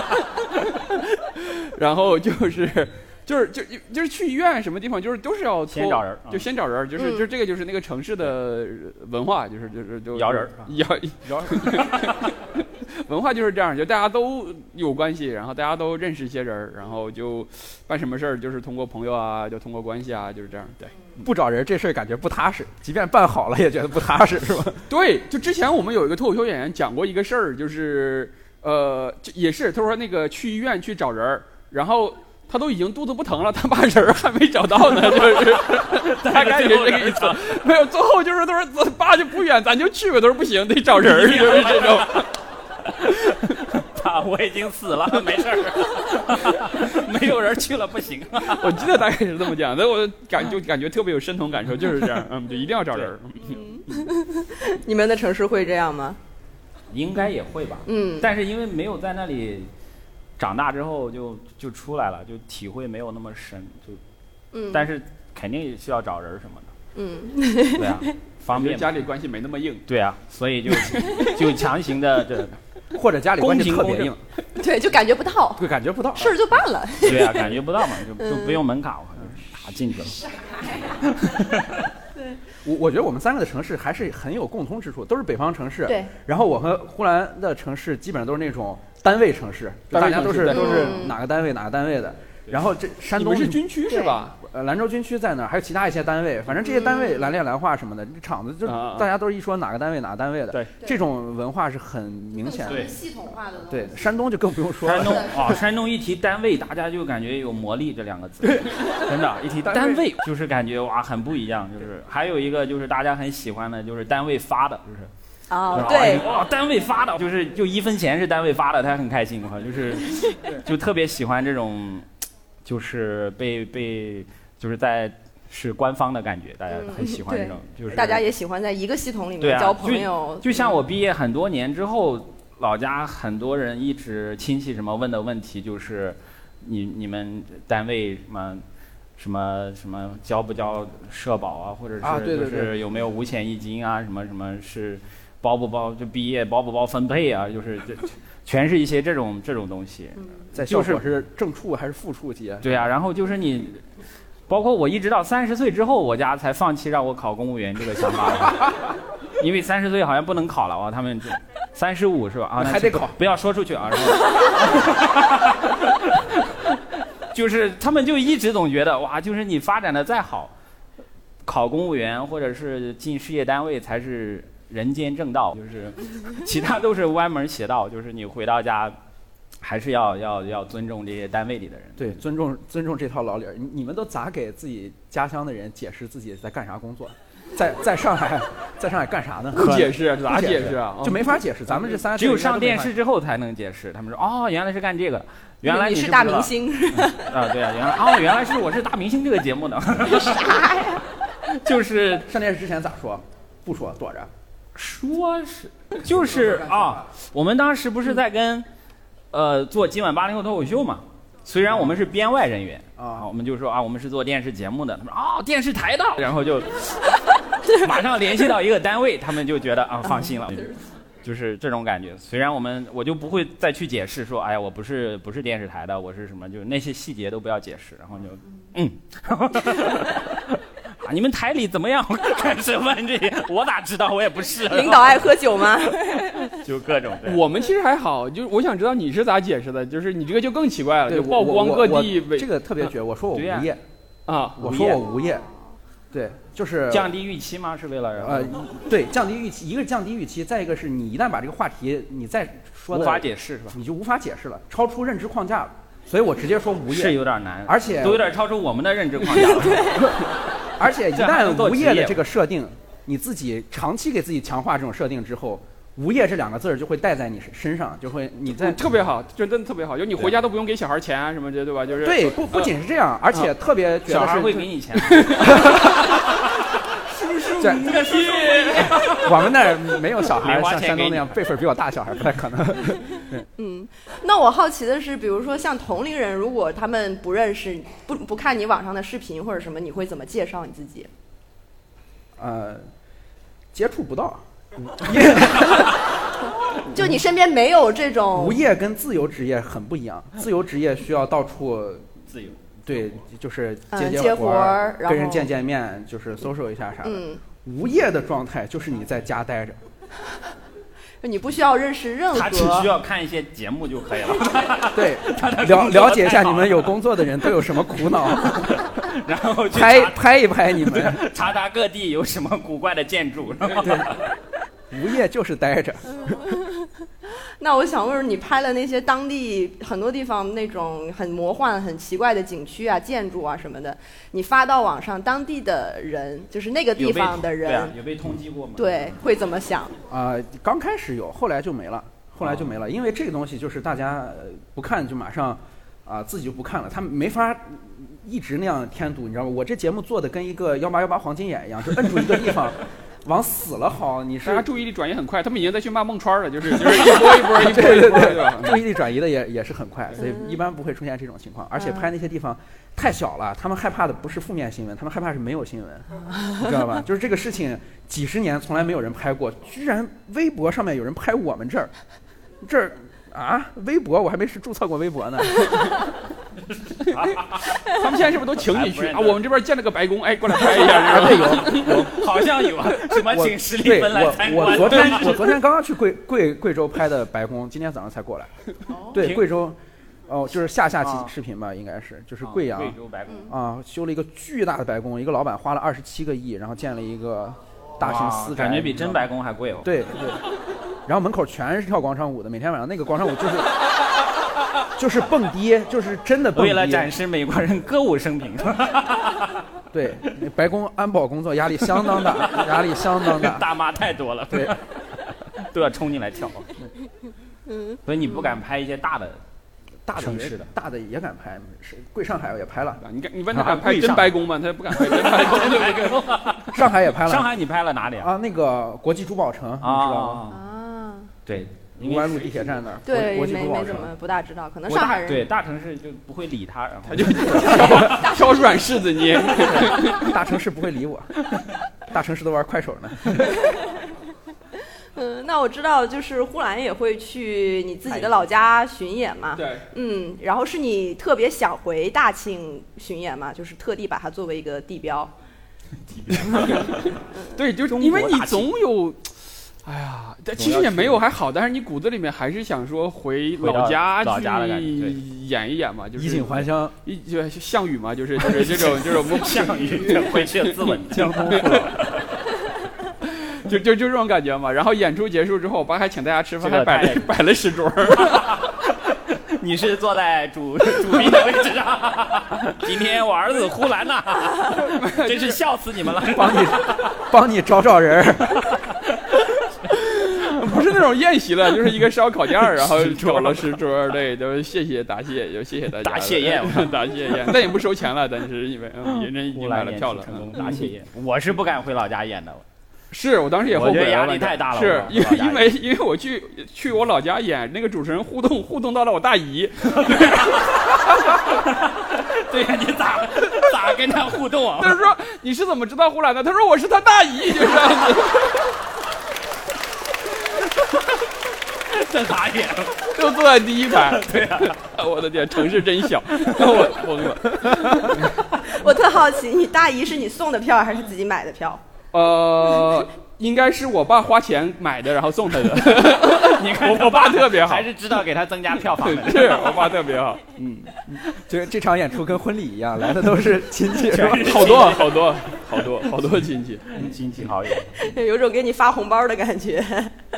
S3: 然后就是就是就就是去医院什么地方，就是都是要托
S4: 先找人儿啊
S3: 就先找人儿，就是
S2: 嗯
S3: 就是这个就是那个城市的文化，就是就是就
S4: 摇人儿啊
S3: 摇摇 文化就是这样，就大家都有关系，然后大家都认识一些人儿，然后就办什么事儿就是通过朋友啊，就通过关系啊，就是这样。对
S5: 不找人这事儿感觉不踏实，即便办好了也觉得不踏实，是吧？
S3: 对，就之前我们有一个脱口秀演员讲过一个事儿，就是呃，就也是他说那个去医院去找人儿，然后。他都已经肚子不疼了，他把人儿还没找到 呢，就是。大概也是这个意思。没有，最后就是他说爸就不远，咱就去吧。他说不行，得找人 儿，就是这种。
S4: 爸，嗯啊我已经死了，没事儿， 没有人去了不行。
S3: 我记得大概是这么讲，但我感就感觉特别有深同感受，就是这样，嗯，就一定要找人儿。
S2: 你们的城市会这样吗？
S4: 应该也会吧，
S2: 嗯，
S4: 但是因为没有在那里长大之后就就出来了，就体会没有那么深，就
S2: 嗯，
S4: 但是肯定需要找人儿什么的，
S2: 嗯，
S4: 对啊，方
S3: 嗯就
S4: 便嘛
S3: 家里关系没那么硬，
S4: 对啊，所以就就强行的这
S5: 或者家里关系特别
S4: 公平
S5: 硬，
S2: 对，就感觉不到
S5: 会感觉不到。
S2: 事儿就办了。
S4: 对啊，感觉不到嘛，就就不用门槛，我靠，打进去了。
S5: 我我觉得我们三个的城市还是很有共通之处，都是北方城市。
S2: 对。
S5: 然后我和呼兰的城市基本上都是那种单位城市，就
S3: 单
S5: 大
S3: 位
S5: 家都
S3: 城市
S5: 是
S3: 对
S5: 都是
S2: 嗯
S5: 哪个单位哪个单位的。然后这山
S3: 你
S5: 东
S3: 们是军区是啊吧？
S5: 呃兰州军区在那儿，还有其他一些单位，反正这些单位兰恋兰化什么的，这厂子就
S3: 嗯啊啊啊
S5: 大家都是一说哪个单位哪个单位的。
S3: 对
S5: 这种文化是很明显的。
S4: 对
S2: 系统化的东西
S5: 对，山东就更不用说
S4: 山
S5: 了。
S4: 东啊，山东一提单位，大家就感觉有魔力这两个 字，真的，一提
S5: 单
S4: 单位就是感觉哇，很不一样。就是还有一个就是大家很喜欢的，就是单位发的，就是
S2: 啊，
S4: 就是
S2: 对
S4: 啊，哇，单位发的，就是就一分钱是单位发的，他很开心哈，就是就特别喜欢这种，就是被被就是在是官方的感觉，大家很喜欢这种，就
S2: 嗯
S4: 是
S2: 大家也喜欢在一个系统里
S4: 对
S2: 面
S4: 啊，
S2: 交朋友，
S4: 就。就像我毕业很多年之后，老家很多人一直亲戚什么问的问题就是，你你们单位什么什么什么交不交社保啊，或者是
S5: 啊对对
S4: 就
S5: 对
S4: 是有没有五险一金啊，什么什么是包不包就毕业包不包分配啊，就是这全是一些这种这种东西。
S5: 在
S4: 就
S5: 效
S4: 是
S5: 果是正处还是负处级？
S4: 对啊，然后就是你，包括我一直到三十岁之后，我家才放弃让我考公务员这个想法， 因为三十岁好像不能考了啊，他们三十五是吧？啊，那
S5: 还得
S4: 就
S5: 考
S4: 不要说出去啊。然后 就是他们就一直总觉得哇，就是你发展的再好，考公务员或者是进事业单位才是人间正道，就是其他都是歪门邪道，就是你回到家。还是要要要尊重这些单位里的人。
S5: 对，尊重尊重这套老理儿。你你们都咋给自己家乡的人解释自己在干啥工作？在在上海，在上海干啥呢？
S3: 不解释咋
S5: 不解
S3: 解释 啊？
S5: 就没法解释。咱们这三个
S4: 只有
S5: 字应该
S4: 上
S5: 都没
S4: 电
S5: 法
S4: 视之后才能解释。他们说哦，原来是干这个的，原
S2: 嗯
S4: 来
S2: 你
S4: 你
S2: 是大
S4: 不知道
S2: 明 星，
S4: 啊，对啊，原来哦，原来是我是大明星这个节目的， 就是
S5: 上电视之前咋说？不说，躲着。
S4: 说是就是啊，我们当时不是在跟呃做今晚八零后脱口秀嘛，虽然我们是编外人员啊，
S5: 啊
S4: 我，们就说啊，我们是做电视节目的，他们说哦，电视台的，然 后就马上联系到一个单位，他们就觉得啊，放心了。
S2: 嗯
S4: 就是这种感觉，虽然我们我就不会再去解释说，哎呀，我不是不是电视台的，我是什么，就是那些细节都不要解释，然后就，嗯， 啊，你们台里怎么样？ 干什么？这些我咋知道？我也不是，
S2: 领导爱喝酒吗？
S4: 就各种对
S3: 我们其实还好，就是我想知道你是咋解释的，就是你这个就更奇怪了，
S5: 对，
S3: 就
S5: 我
S3: 曝光
S5: 我
S3: 各
S5: 我
S3: 地为
S5: 这个特别绝。我说我无
S4: 对呀
S5: 业，
S3: 啊，
S5: 我
S4: 无
S5: 说
S4: 业
S5: 我无业，对，就是
S4: 降低预期吗？是为了然后
S5: 呃，对，降低预期，一个是降低预期，再一个是你一旦把这个话题你再说
S4: 无
S5: 的
S4: 法解释是吧？
S5: 你就无法解释了，超出认知框架了。所以我直接说无
S4: 是
S5: 业，
S4: 有点难，
S5: 而且
S4: 都有点超出我们的认知框 架了。
S5: 而且一
S4: 这还能
S5: 旦
S4: 做
S5: 无
S4: 职
S5: 业
S4: 业
S5: 的
S4: 吗
S5: 这个设定，你自己长期给自己强化这种设定之后，无业这两个字儿就会带在你身身上，就会你在
S3: 嗯特别好，就真的特别好，就你回家都不用给小孩钱啊什么的，对吧？就是
S5: 对不不仅是这样，而且特别
S4: 嗯
S5: 觉
S4: 小
S5: 得
S4: 孩
S5: 是
S4: 会给你钱吗，
S5: 对
S4: 这个是。
S5: 我们那儿没有小孩
S4: 零
S5: 儿
S4: 花
S5: 像
S4: 钱
S5: 山
S4: 给
S5: 东那
S4: 你
S5: 样辈分儿比我大，小孩儿不太可能。
S2: 嗯，那我好奇的是，比如说像同龄人，如果他们不认识、不不看你网上的视频或者什么，你会怎么介绍你自己？
S5: 呃，接触不到。
S2: 就你身边没有这种
S5: 无业跟自由职业很不一样，自由职业需要到处
S4: 自由。
S5: 对，就是
S2: 嗯
S5: 接
S2: 接活
S5: 活
S2: 儿然
S5: 跟人
S2: 后
S5: 见见面，就是搜索一下啥的。
S2: 嗯，
S5: 无业的状态就是你在家待着，
S2: 就你不需要认识任何，
S4: 他只需要看一些节目就可以 了，
S5: 对
S4: 他的，
S5: 了
S4: 工作
S5: 了解一
S4: 太
S5: 下
S4: 好
S5: 你们
S4: 了
S5: 有工作的人都有什么苦恼，
S4: 然后去
S5: 拍
S4: 查
S5: 拍一拍你们。
S4: 查查各地有什么古怪的建筑，然后
S5: 无业就是待着，
S2: 那我想问问，你拍了那些当地很多地方那种很魔幻、很奇怪的景区啊、建筑啊什么的，你发到网上，当地的人，就是那个地
S4: 有被
S2: 方的
S4: 对啊
S2: 人，
S4: 有被通缉过吗？
S2: 对，会怎么想？
S5: 啊、刚开始有，后来就没了，后来就没了，因为这个东西就是大家呃不看就马上啊、自己就不看了，他们没法一直那样添堵，你知道吗？我这节目做的跟一个幺八幺八黄金眼一样，就摁住一个地方往死了薅，你
S3: 大家
S5: 是。
S3: 注意力转移很快，他们已经在去骂孟川了，就是就是 一波一波一波一波，对吧？
S5: 注意力转移的也也是很快，所以
S4: 嗯
S5: 一般不会出现这种情况。而且拍那些地方太小了，他们害怕的不是负面新闻，他们害怕是没有新闻，你知道吧？就是这个事情几十年从来没有人拍过，居然微博上面有人拍 我们这儿，这儿啊，微博我还没是注册过微博呢，
S3: 他们现在是不是都请你去
S4: 哎
S3: 啊？
S4: 不认得
S3: 我们这边建了个白宫，哎，过来拍一 下，是吧？
S4: 好像有啊，什么
S5: 我
S4: 请史蒂
S5: 对
S4: 芬来
S5: 我
S4: 参观
S5: 我昨天 我昨天刚刚去贵贵贵州拍的白宫，今天早上才过来。对，
S4: 平
S5: 贵州，哦，就是下下期
S4: 啊
S5: 视频吧，应该是就是贵阳
S4: 哦贵州白宫。
S5: 啊，修了一个巨大的白宫，一个老板花了二十七个亿，然后建了一个大型私宅，
S4: 哦感觉
S5: 你
S4: 比
S5: 知道
S4: 真
S5: 吗
S4: 白宫还贵哦。
S5: 对对，然后门口全是跳广场舞的，每天晚上那个广场舞就是就是蹦迪，就是真的蹦迪。
S4: 为了展示美国人歌舞升 平，
S5: 对，那白宫安保工作压力相当大，压力相当大。
S4: 大妈太多了，
S5: 对，
S4: 都要冲进来跳。
S5: 嗯
S4: 所以你不敢拍一些大 的，
S5: 大的
S4: 城
S5: 也
S4: 市的
S5: 大的也敢拍，是贵上海也拍了，
S3: 你敢你问他敢拍真白宫吗？他不敢拍真白宫，对不对？
S5: 上海也拍了。
S4: 上海你拍了哪里啊？
S5: 啊，那个国际珠宝城，你知道吗？
S4: 啊，
S2: 啊，
S4: 对，因
S5: 五
S4: 为
S5: 湾路地铁站那儿，
S2: 对，
S5: 国国际
S2: 没
S5: 珠
S2: 没
S5: 宝
S2: 怎
S5: 城。
S2: 么不大知道，可能
S4: 我大
S2: 上海人
S4: 对大城市就不会理他，然后
S3: 他就挑挑软柿子捏。
S5: 大城市不会理我， 大城市都玩快手呢。
S2: 嗯，那我知道，就是呼兰也会去你自己的老家巡演嘛。
S3: 对，
S2: 嗯，然后是你特别想回大庆巡演嘛，就是特地把它作为一个地 标。
S3: 对，就是因为你总有，哎呀，但其实也没有还好，但是你骨子里面还是想说回老家
S4: 回到老家的感觉
S3: 去
S4: 对
S3: 演一演嘛，就是
S5: 衣锦还乡，
S3: 一就项羽 嘛，就是就是这种这种梦想，
S4: 项羽回去自刎。
S5: 江东父老。
S3: 就就就这种感觉嘛。然后演出结束之后，我爸还请大家吃饭，
S4: 这
S3: 还
S4: 个
S3: 摆
S4: 太
S3: 了摆了 十桌。
S4: 你是坐在主主宾的位置上，今天我儿子呼兰呐，真是笑死你 们了。
S5: 帮你帮你找找人儿，
S3: 不是那种宴席了，就是一个烧烤店儿，然后找了十桌，对，就是谢谢答谢，就谢谢大家了，
S4: 答谢 宴我
S3: 答谢宴，但也不收钱了，但是因为嗯人家已经
S4: 呼
S3: 买
S4: 兰
S3: 了
S4: 演
S3: 票
S4: 出
S3: 了，
S4: 成功，
S3: 嗯
S4: 答谢宴。我是不敢回老家演的，
S3: 是我当时也后
S4: 我觉
S3: 悔
S4: 得压
S3: 了
S4: 力太大了
S3: 是
S4: 我
S3: 因为
S4: 老家
S3: 因为因为我去去我老家演，那个主持人互动互动到了我大姨，
S4: 对呀，你咋咋跟他互动啊？
S3: 他说你是怎么知道呼兰的？他说我是他大姨，就这样子，
S4: 这咋演？
S3: 就坐在第一排，对啊呀、 我的天，城市真小， 我疯了。
S2: 我特好奇，你大姨是你送的票还是自己买的票？
S3: 呃，应该是我爸花钱买的，然后送他的。
S4: 你看
S3: 我我爸特别好，
S4: 还是知道给他增加票房的
S3: 是我爸特别好，
S5: 就是这场演出跟婚礼一样，来的都是亲戚，是吧
S4: 全是
S3: 好多好多好多好多亲戚。
S4: 亲戚好友。
S2: 有种给你发红包的感觉。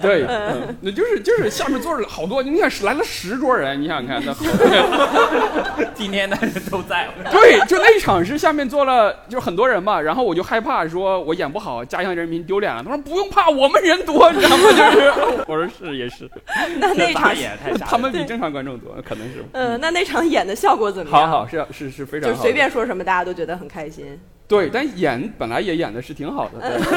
S3: 对，嗯那就是就是下面坐着好多，你想是来了十桌人，你想想看，那好多
S4: 今天的都在，
S3: 对，就那一场是下面坐了就很多人嘛，然后我就害怕说我演不好，家乡人民丢脸了。他说不用怕，我们人多，你知道吗？ 就是我说是也是，
S2: 那那
S4: 大
S2: 场，
S4: 演太吓人了
S3: 他们比正常观众多，可能是。
S2: 嗯、那那场演的效果怎么
S3: 好
S2: 样？
S3: 好是啊是是非常
S2: 就
S3: 好
S2: 是
S3: 的，
S2: 随便说什么，大家都觉得很开心。
S3: 对，但演本来也演的是挺好的，
S4: 嗯
S3: 对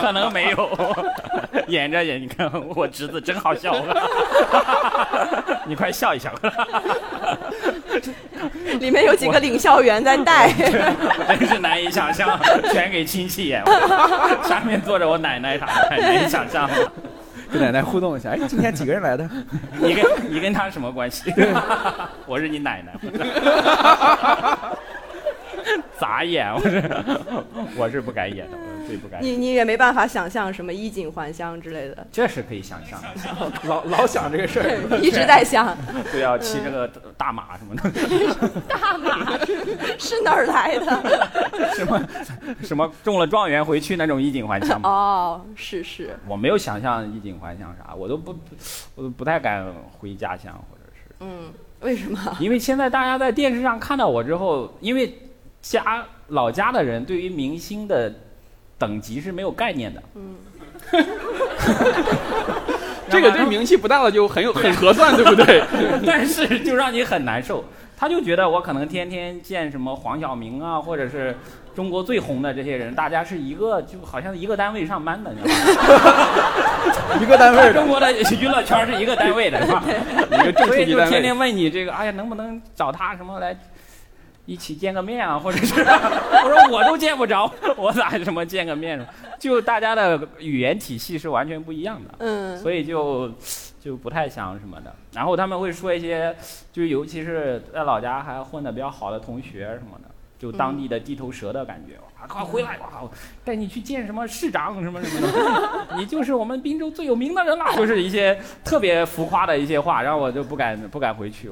S4: 可能没有。 演着演，你看我侄子真好笑， 你快笑一笑。
S2: 里面有几个领笑员在 带，
S4: 真是难以想象，全给亲戚 演，下面坐着我奶奶啥的，难以想象。
S5: 跟奶奶互动一下。哎，今天几个人来的？
S4: 你跟你跟他什么关 系？我是你奶 奶。咋演？我是我是不敢演的，我是最不敢演。
S2: 你你也没办法想象什么衣锦还乡之类的，
S4: 这是可以想象 的，
S5: 老老想这个事儿，
S2: 一直在想
S4: 对要骑这个大马什么的，
S2: 大马是是哪儿来的？
S4: 什么什么中了状元回去那种衣锦还乡嘛。
S2: 哦，是是，
S4: 我没有想象衣锦还乡啥，我都不，我都不太敢回家乡，或者是
S2: 嗯，为什么？
S4: 因为现在大家在电视上看到我之后，因为家老家的人对于明星的等级是没有概念的。 嗯，
S3: 这个对，名气不大的就很有很合算，对不对？
S4: 但是就让你很难受。他就觉得我可能天天见什么黄晓明啊，或者是中国最红的这些人，大家是一个就好像一个单位上班的，你知道吗？
S5: 一个单位
S4: 中
S5: 的。
S4: 国的娱乐圈是一个单位的，是吧？
S3: 一个正
S4: 所
S3: 处
S4: 以
S3: 级
S4: 就
S3: 单
S4: 天
S3: 位。
S4: 天问你这个，哎呀，能不能找他什么来一起见个面啊？或 者是我说我都见不着，我咋什么见个面？就大家的语言体系是完全不一样的，
S2: 嗯，
S4: 所以就就不太想什么的。然后他们会说一些，就是尤其是在老家还混得比较好的同学什么的，就当地的地头蛇的感觉。哇，快回来！哇，我带你去见什么市长什么什么的，你 就是我们滨州最有名的人了。就是一些特别浮夸的一些话，让我就不敢不敢回去。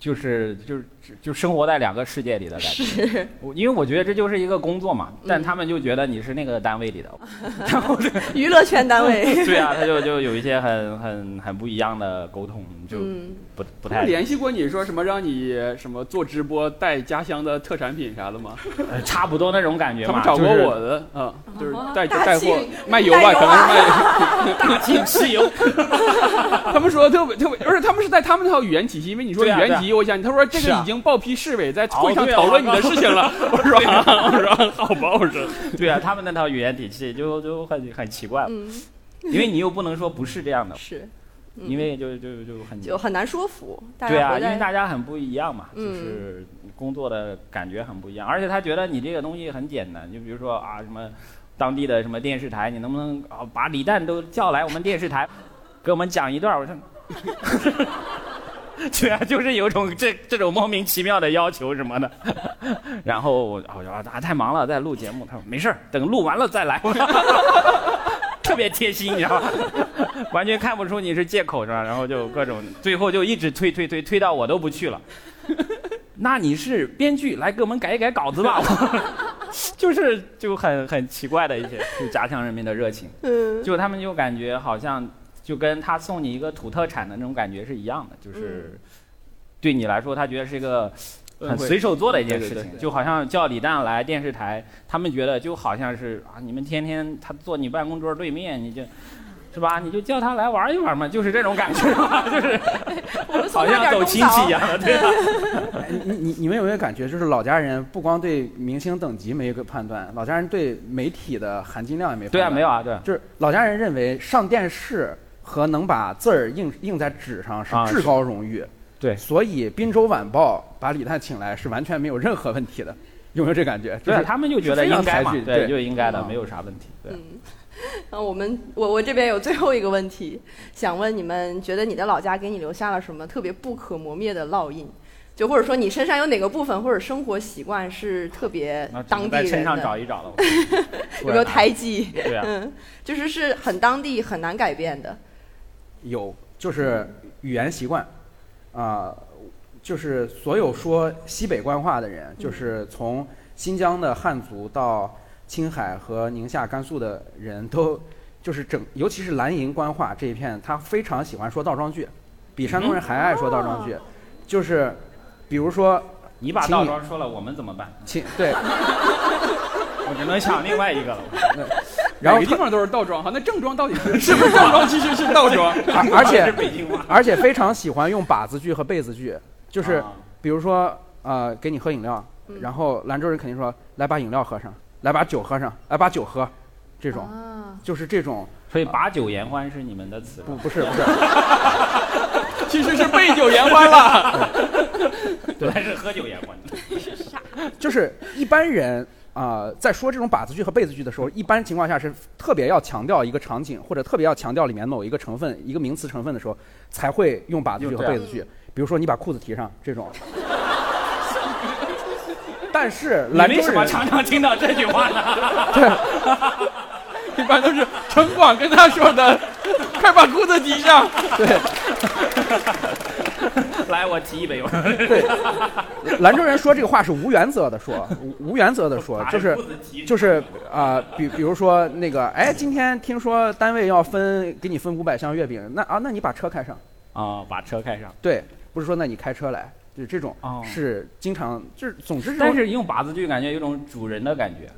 S4: 就是就是就生活在两个世界里的感觉，我因为我觉得这就是一个工作嘛，但他们就觉得你是那个单位里的， 然后这
S2: 娱乐圈单 位，
S4: 对啊，他就就有一些很很很不一样的沟通，就
S2: 嗯，
S4: 不不
S3: 他
S4: 太
S3: 们联系过你说什么让你什么做直播带家乡的特产品啥的吗？
S4: 呃差不多那种感觉
S3: 他们
S4: 嘛。
S3: 找过
S4: 就是哦
S3: 我的，嗯，就是带
S2: 大
S3: 带货
S2: 庆
S3: 卖油
S4: 啊
S3: 吧，
S2: 带油
S3: 可能是卖 油。
S4: 大庆石 油，
S3: 他们说特别特别，而且他们是在他们那套语言体系，因为你说语
S4: 对啊
S3: 言体系，我想他说这
S4: 是
S3: 个
S4: 啊
S3: 已经报批市委在会
S4: 哦
S3: 上
S4: 对啊
S3: 讨论你的事 情了。我说啊 我说啊好吧，我说
S4: 对啊，他们那套语言体系就就很很奇怪，
S2: 嗯，
S4: 因为你又不能说不是这样的，
S2: 是，嗯
S4: 因为就就就很
S2: 就很难说服大
S4: 对
S2: 家
S4: 啊，
S2: 回
S4: 因为
S2: 来，
S4: 大家很不一样嘛，就
S2: 嗯
S4: 是工作的感觉很不一样，而且他觉得你这个东西很简单，就比如说啊什么当地的什么电视台，你能不能啊把李诞都叫来我们电视台，给我们讲一段儿？我说， 对啊，就是有种这这种莫名其妙的要求什么的。 然后我我说啊太忙了，在录节目。他说没事儿，等录完了再来。 特别贴心，你知道吧？ 完全看不出你是借口是吧？然后就各种，最后就一直推推推推到我都不去了。那你是编剧来给我们改一改稿子吧？ 就是就很很奇怪的一些，就家乡人民的热情，
S2: 嗯，
S4: 就他们就感觉好像就跟他送你一个土特产的那种感觉是一样的，就是对你来说，他觉得是一个很随手做的一件事
S3: 对对
S4: 情，
S3: 对
S4: 就好像叫李诞来电视台，他们觉得就好像是啊，你们天天他坐你办公桌对面，你就是吧，你就叫他来玩一玩嘛，就是这种感觉吧， 就是
S2: 我们送
S4: 好
S2: 他
S4: 像
S2: 点
S4: 走
S2: 儿
S4: 亲戚一样的，对 吧？
S5: 哎你你你们有没有感觉，就是老家人不光对明星等级没有一个判断，老家人对媒体的含金量也没判
S4: 对啊，
S5: 断
S4: 没有啊，对啊。
S5: 就是老家人认为上电视和能把字儿印印在纸上
S4: 啊
S5: 是至高荣誉。
S4: 对
S5: 所以《滨州晚报》把李诞请来是完全没有任何问题的，有没有这感觉？就
S4: 对
S5: 是
S4: 啊，他们就觉得
S5: 非常
S4: 应该嘛
S5: 才，具
S4: 对，
S5: 对
S4: 就应该的，
S5: 嗯
S4: 没有啥问题。对，
S2: 那我们我我这边有最后一个问题，想问你们，觉得你的老家给你留下了什么特别不可磨灭的烙印？就或者说你身上有哪个部分或者生活习惯是特别
S4: 那只能
S2: 当地
S4: 在身
S2: 人
S4: 上
S2: 的？
S4: 找一找了。
S2: 有没有胎记？
S4: 对啊，
S2: 嗯，就是是很当地很难改变的。
S5: 有，就是
S4: 嗯
S5: 语言习惯，啊、就是所有说西北官话的人，就是
S4: 嗯
S5: 从新疆的汉族到青海和宁夏、甘肃的人都，就是整，尤其是兰营官话这一片，他非常喜欢说倒装句，比山
S4: 嗯
S5: 东人还爱说倒装句，就是，比如说，
S4: 你把
S5: 请
S4: 倒
S5: 你
S4: 装说了，我们怎么办？
S5: 请 对，
S4: 我只能想另外一个了。
S5: 然后
S3: 每个
S5: 特
S3: 地方都是倒装，哈，那正装到底 是是不是正装？其实是倒装。
S5: 而而
S4: 是
S5: 且
S4: 北京话，
S5: 而且非常喜欢用把子句和被子句，就是
S4: 啊
S5: 比如说呃，给你喝饮料，
S2: 嗯
S5: 然后兰州人肯定说来把饮料喝上，来把酒喝上，来把酒喝，这种
S2: 啊，
S5: 就是这种
S4: 所以把酒言欢是你们的词。
S5: 不不是不 是，
S3: 其实是背酒言欢了。
S4: 本来是喝酒言欢。
S5: 就是一般人啊、呃在说这种把子句和被子句的时
S2: 嗯
S5: 候，一般情况下是特别要强调一个场景，或者特别要强调里面某一个成分、一个名词成分的时候，才会用把子句和被子句。比如说你把裤子提上 这种。但是
S4: 你
S5: 兰
S4: 为
S5: 州
S4: 什么
S5: 人
S4: 常常听到这句话呢？
S5: 对
S3: 一般都是城管跟他说 的，快把裤子提上。
S5: 对
S4: 来，我提一杯吧。
S5: 兰州人说这个话是无原则的说，无无原则 的说，就是就是啊、比比如说那个，哎，今天听说单位要分给你分五百箱月饼，那啊，那你把车开上，
S4: 啊，把车开上。
S5: 对，不是说那你开车来，就是这种
S4: 哦
S5: 是经常，就是总之这
S4: 但
S5: 种
S4: 是用把子句感觉有种主人的感觉，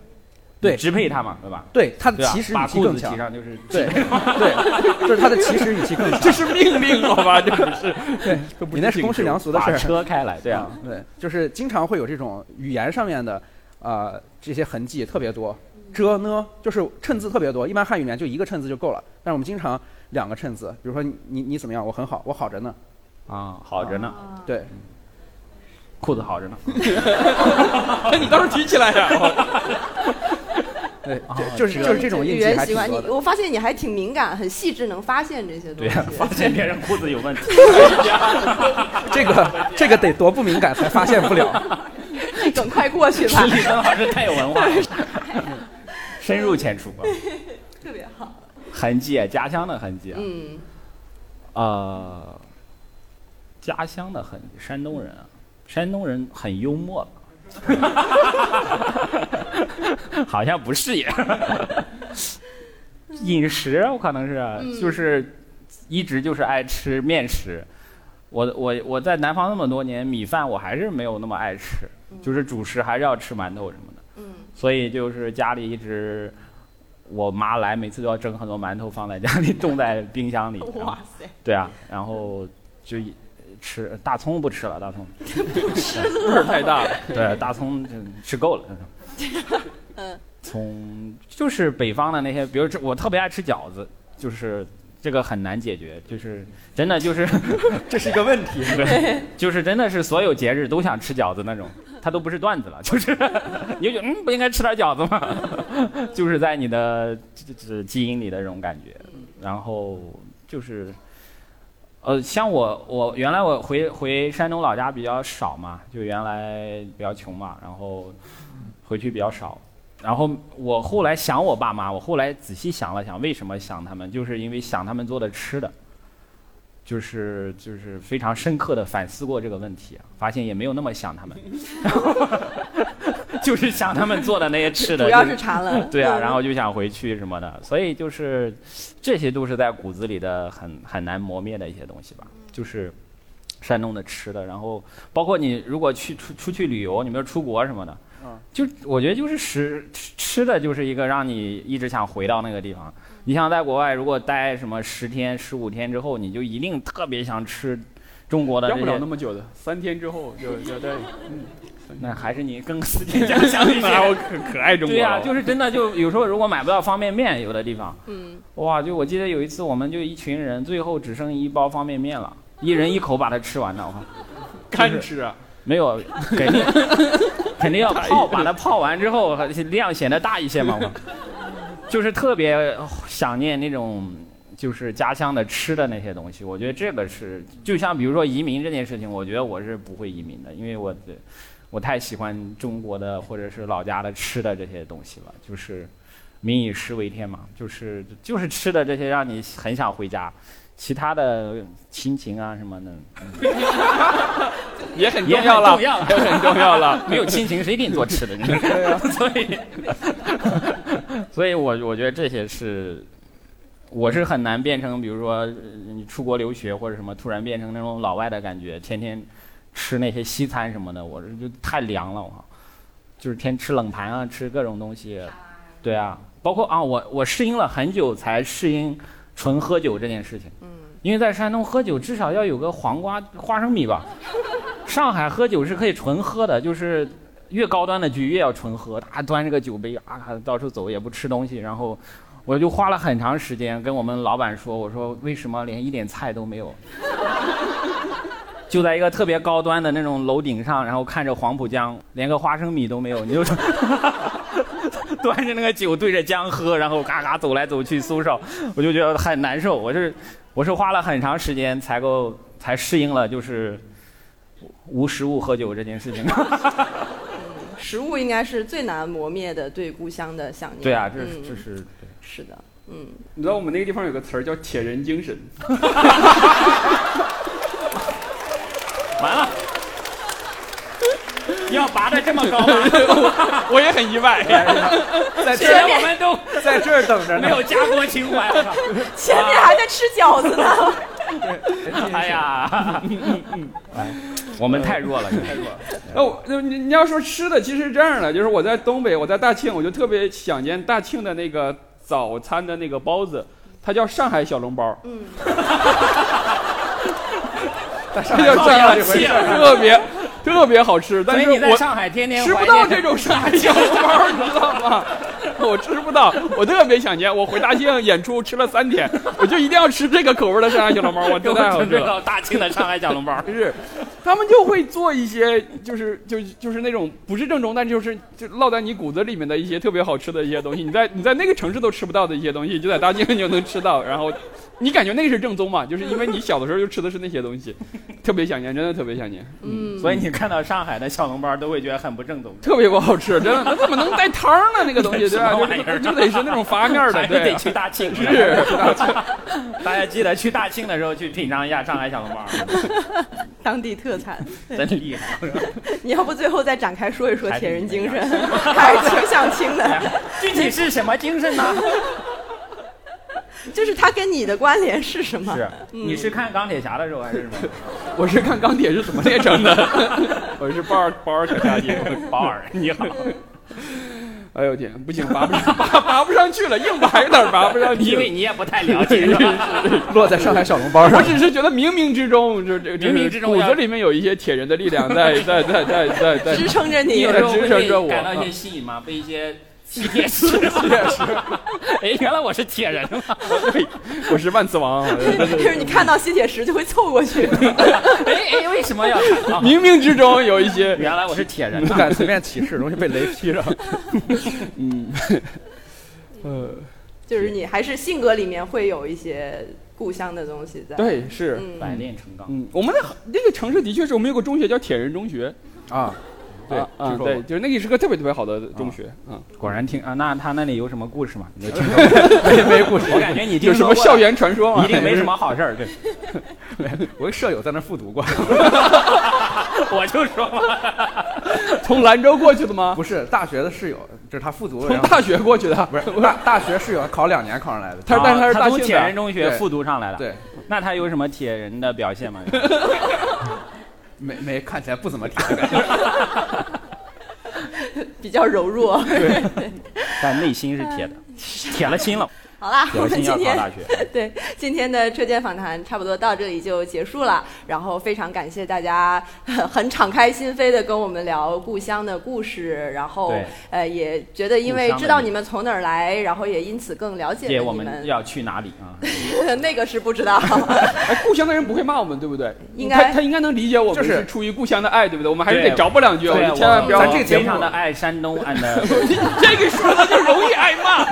S5: 对
S4: 你支配他嘛，对吧？
S5: 对他
S4: 对
S5: 的
S4: 啊
S5: 起始语
S4: 把
S5: 气
S4: 裤
S5: 更
S4: 子
S5: 强
S4: 提，上就是
S5: 对对，就是他的起始语气更强，
S3: 这是命令，好吧？这不是，
S5: 对
S3: 这不
S5: 你那
S3: 禁
S5: 是公
S3: 止
S5: 事良俗的事
S4: 把
S5: 儿，
S4: 车开来，对啊。
S5: 对，嗯就是经常会有这种语言上面的，呃，这些痕迹特别多。遮呢，就是衬字特别多，一般汉语里面就一个衬字就够了，但是我们经常两个衬字，比如说你你你怎么样，我很好，我好着呢，
S4: 啊，好着呢，
S5: 嗯对，
S4: 裤子好着呢。啊
S3: 你倒是提起来呀、
S5: 对，
S4: 啊
S5: 就就是
S4: 这
S5: 就是这种
S2: 哦语
S5: 印记
S2: 言
S5: 还
S2: 习
S5: 挺
S2: 惯，你
S5: 多的。啊
S2: 我发现你还挺敏感，很细致，能发现这些东
S4: 对
S2: 西。
S4: 发现别人裤子有问题，
S5: 这个这个得多不敏感才发现 不了。
S2: 梗快过去 吧，
S4: 李森老师太有文化了，深入浅出啊，
S2: 特别好。
S4: 痕迹啊，家乡的痕迹啊，
S2: 嗯，
S4: 呃，家乡的痕迹，山东人啊，山东人很幽默 的，好像不是也。饮食啊我可能是、就是一直就是爱吃面食，我我我在南方那么多年，米饭我还是没有那么爱吃，就是主食还是要吃馒头什么的。
S2: 嗯，
S4: 所以就是家里一直。我妈来，每次都要蒸很多馒头放在家里，冻在冰箱里。然后
S2: 哇塞，
S4: 对啊，然后就一吃大葱不吃了，大葱
S3: 味儿 太大了。
S4: 对大葱就吃够了。
S2: 嗯，
S4: 葱就是北方的那些，比如这我特别爱吃饺子，就是这个很难解决，就是真的就是 这是一个问题，对，就是真的是所有节日都想吃饺子那种，它都不是段子了，就是 你就觉得嗯不应该吃点饺子吗？就是在你的这这基因里的这种感觉，然后就是。呃，像我，我原来我回回山东老家比较少嘛，就原来比较穷嘛，然后回去比较少。然后我后来想我爸妈，我后来仔细想了想，为什么想他们，就是因为想他们做的吃的，就是就是非常深刻的反思过这个问题、啊，发现也没有那么想他们， 就是想他们做的那些吃的，
S2: 主要
S4: 就是
S2: 馋 了。
S4: 对啊，
S2: 嗯
S4: 然后就想回去什么的，所以就是这些都是在骨子里的很很难磨灭的一些东西吧，就是山东的吃的，然后包括你如果去出出去旅游，你比如出国什么的
S5: 嗯，
S4: 就我觉得就是吃吃吃的就是一个让你一直想回到那个地方。你像在国外如果待什么十天十五天之后，你就一定特别想吃中国的
S3: 要
S4: 这
S3: 不了那
S4: 些，
S3: 么久的，三天之后就就 对，嗯，
S4: 那还是你更思 念家乡一些。
S3: 那我可可爱中国
S4: 对呀、
S3: 了，
S4: 就是真的，就有时候如果买不到方便面，有的地方。
S2: 嗯，
S4: 哇，就我记得有一次，我们就一群人，最后只剩一包方便面了，一人一口把它吃完了。我靠，
S3: 干吃啊，
S4: 没有，肯定肯定要泡，把它泡完之后量显得大一些嘛。我就是特别想念那种就是家乡的吃的那些东西。我觉得这个是，就像比如说移民这件事情，我觉得我是不会移民的，因为我的我太喜欢中国的或者是老家的吃的这些东西了，就是民以食为天嘛，就是就是吃的这些让你很想回家。其他的亲情啊什么的
S3: 也很
S4: 也
S3: 重
S4: 很
S3: 要了，
S4: 重要了
S3: 也很重要了。
S4: 没有亲情，谁给你做吃 的？所以， 所以我我觉得这些是，我是很难变成，比如说呃你出国留学或者什么，突然变成那种老外的感觉，天天吃那些西餐什么的，我这就太凉了，我靠，就是天吃冷盘啊，吃各种东西，对啊，包括啊，我我适应了很久才适应纯喝酒这件事情，因为在山东喝酒至少要有个黄瓜花生米吧。上海喝酒是可以纯喝的，就是越高端的局越要纯喝，大家端着个酒杯啊，到处走也不吃东西。然后我就花了很长时间跟我们老板说，我说为什么连一点菜都没有？就在一个特别高端的那种楼顶上，然后看着黄浦江，连个花生米都没有，你就 端着那个酒对着江喝，然后嘎嘎走来走去搜手，我就觉得很难受。我是我是花了很长时间才够才适应了，就是无食物喝酒这件事情。
S2: 食物应该是最难磨灭的对故乡的想念。
S4: 对啊，这
S2: 嗯
S4: 这是
S2: 是的，嗯，
S3: 你知道我们那个地方有个词儿叫“铁人精神
S4: 完了，要拔的这么高吗？”，
S3: 我也很意外。
S5: 在
S4: 虽
S5: 这
S4: 然
S5: 儿
S4: 我们都
S5: 在这儿等着
S4: 没
S5: 呢。
S4: 有家国情怀。啊我靠
S2: 前面还在吃饺子呢。
S4: 哎呀， 哎我们太弱了，太弱了。
S3: 那我那哦你你要说吃的，其实是这样的，就是我在东北，我在大庆，我就特别想念大庆的那个早餐的那个包子，它叫上海小笼包，
S2: 嗯，
S5: 在
S3: 它
S5: 上
S3: 叫上
S5: 海
S4: 太
S3: 海
S4: 洋气了
S3: 特别特别好吃，
S4: 所
S3: 但
S4: 以
S3: 是
S4: 你在
S3: 我
S4: 上海天天
S3: 吃
S4: 怀
S3: 不
S4: 念
S3: 到这种上海小笼包，你知道吗？我吃不到，我特别想念。我回大庆演出吃了三天，我就一定要吃这个口味的上海小笼包，我
S4: 给
S3: 真
S4: 我
S3: 太好
S4: 准
S3: 吃
S4: 备
S3: 了。
S4: 到大庆的上海小笼包。
S3: 就是，他们就会做一些就是就就是那种不是正宗，但就是就烙在你骨子里面的一些特别好吃的一些东西。你在你在那个城市都吃不到的一些东西，就在大庆你就能吃到。然后你感觉那个是正宗嘛？就是因为你小的时候就吃的是那些东西，特别想念，真的特别想念，
S2: 嗯，
S4: 所以你看到上海的小笼包都会觉得很不正宗，
S3: 特别不好吃，真的。那怎么能带汤儿呢？那个东西对吧？
S4: 什么
S3: 就
S4: 玩意儿
S3: 就就得是那种发面儿的，
S4: 还是
S3: 对
S4: 得
S3: 啊、
S4: 去大庆。
S3: 是
S4: 大家记得去大庆的时候去品尝一下上海小笼包，
S2: 当地特产。
S4: 真厉害。
S2: 你要不最后再展开说一说铁人精神， 还
S4: 还
S2: 是挺想听的，
S4: 哎 具体是什么精神呢？
S2: 就是它跟你的关联是什么？
S4: 是，你是看钢铁侠的时候还是什么？
S3: 我是看钢铁是怎么炼成的， 我是包尔包尔可下去。
S4: 宝儿，你好，
S3: 哎呦天，不行，拔不上，拔拔不上去了，硬拔有点拔不上 去
S4: 因
S3: 了
S4: 为。你也不太了解，是吧？
S5: 落在上海小笼包
S3: 我
S5: 上。
S3: 只是觉得冥冥之中，这这
S4: 冥冥之中
S3: 骨
S4: 要
S3: 子里面有一些铁人的力量在在在在在 在。
S2: 支撑着
S4: 你
S2: 你
S4: 有。 时候会
S3: 支撑着我
S4: 被感到一些吸引吗？被一些铁 石，铁石。哎，原来我是铁人嘛！
S3: 我是万磁王，啊
S2: 就是你看到吸铁石就会凑过去，
S4: 哎哎，为什么要？啊
S3: 冥冥之中有一 些。
S4: 原来我是铁人
S5: 不
S4: 啊。
S5: 敢随便歧视，容易被雷劈着。
S3: 呃，
S2: 就是你还是性格里面会有一些故乡的东西在。，
S3: 对，是，
S4: 百
S2: 嗯，
S4: 炼成钢。
S3: 嗯，我们那那个城市的确是我们有个中学叫铁人中学，
S5: 啊，对
S3: 啊，啊
S5: 听说
S3: 对，
S5: 过。
S3: 就是那个是个特别特别好的中学，啊，
S4: 果然听啊，那他那里有什么故事吗？你就 听
S5: 没没故事。
S4: 我感觉你听
S3: 有什
S4: 说
S3: 么
S4: 过
S3: 校园传说吗？
S4: 一定没什么好事儿。对，
S5: 我一舍友在那儿复读过，
S4: 我就说嘛，
S3: 从兰州过去的 吗？
S5: 不是大学的室友，就是他复读，
S3: 从
S5: 然后
S3: 大学过去的，
S5: 不是大大学室友考两年考上来的。
S3: 他但是他是
S4: 啊
S3: 大
S4: 从
S3: 庆
S4: 铁人
S3: 的，
S4: 中学
S5: 对
S4: 复读上来的。，
S5: 对，
S4: 那他有什么铁人的表现吗？
S5: 没没看起来不怎么铁的感觉。
S2: 比较柔弱。
S4: 但内心是铁的， 铁了心了，
S2: 好啦，嗯
S4: 铁
S2: 我
S4: 了
S2: 们
S4: 心要
S2: 今
S4: 考
S2: 天
S4: 大学。
S2: 对，今天的车间访谈差不多到这里就结束了。然后非常感谢大家很敞开心扉的跟我们聊故乡的故事，然后
S4: 对
S2: 呃也觉得因
S4: 故
S2: 为
S4: 乡的
S2: 知道
S4: 历
S2: 你们从哪儿来，然后也因此更了解
S4: 姐，
S2: 了
S4: 我
S2: 你
S4: 们要去哪里 啊？
S2: 那个是不知道，
S3: 哎，故乡的人不会骂我们，对不对？
S2: 应该
S3: 他他应该能理解我们
S5: 就是
S3: 是出于故乡的爱，对不对？我们还是得
S4: 对
S3: 找补两句，啊
S4: 对，啊
S5: 啊
S3: 们千万不要
S5: 咱这个节目
S4: 非常的爱山 东 and
S3: 这 个说的就容易挨骂，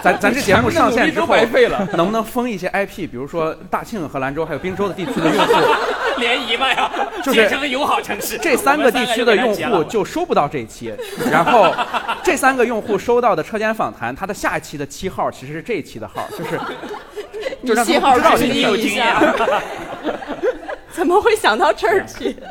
S5: 咱咱这节目上线之
S3: 都
S5: 后，
S3: 白费了。
S5: 能不能封一些 IP，比如说大庆和兰州还有滨州的地区的用 户，
S4: 联谊嘛呀，
S5: 就是
S4: 结成友好城市。
S5: 这三
S4: 我
S5: 个
S4: 们
S5: 地
S4: 三
S5: 区的用
S4: 给它结了
S5: 户就收不到这一期，然后这三个用户收到的车间访谈，他的下一期的七号其实是这一期的号，就是就让他
S2: 信
S5: 们
S2: 号
S5: 知道
S2: 指
S5: 这
S4: 你有
S2: 定一
S4: 经
S2: 下
S4: 验。
S2: 怎么会想到这儿去？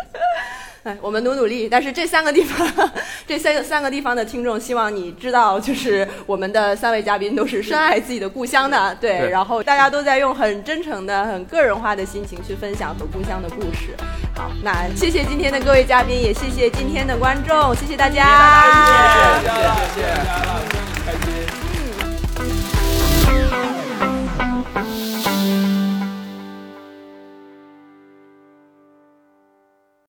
S2: 哎，我们努努力，但是这三个地方，这三三个地方的听众，希望你知道，就是我们的三位嘉宾都是深爱自己的故乡的，对，
S5: 对
S2: 然后大家都在用很真诚的、很个人化的心情去分享和故乡的故事。好，那谢谢今天的各位嘉宾，也谢谢今天的观众，谢谢大家。
S3: 谢谢谢谢。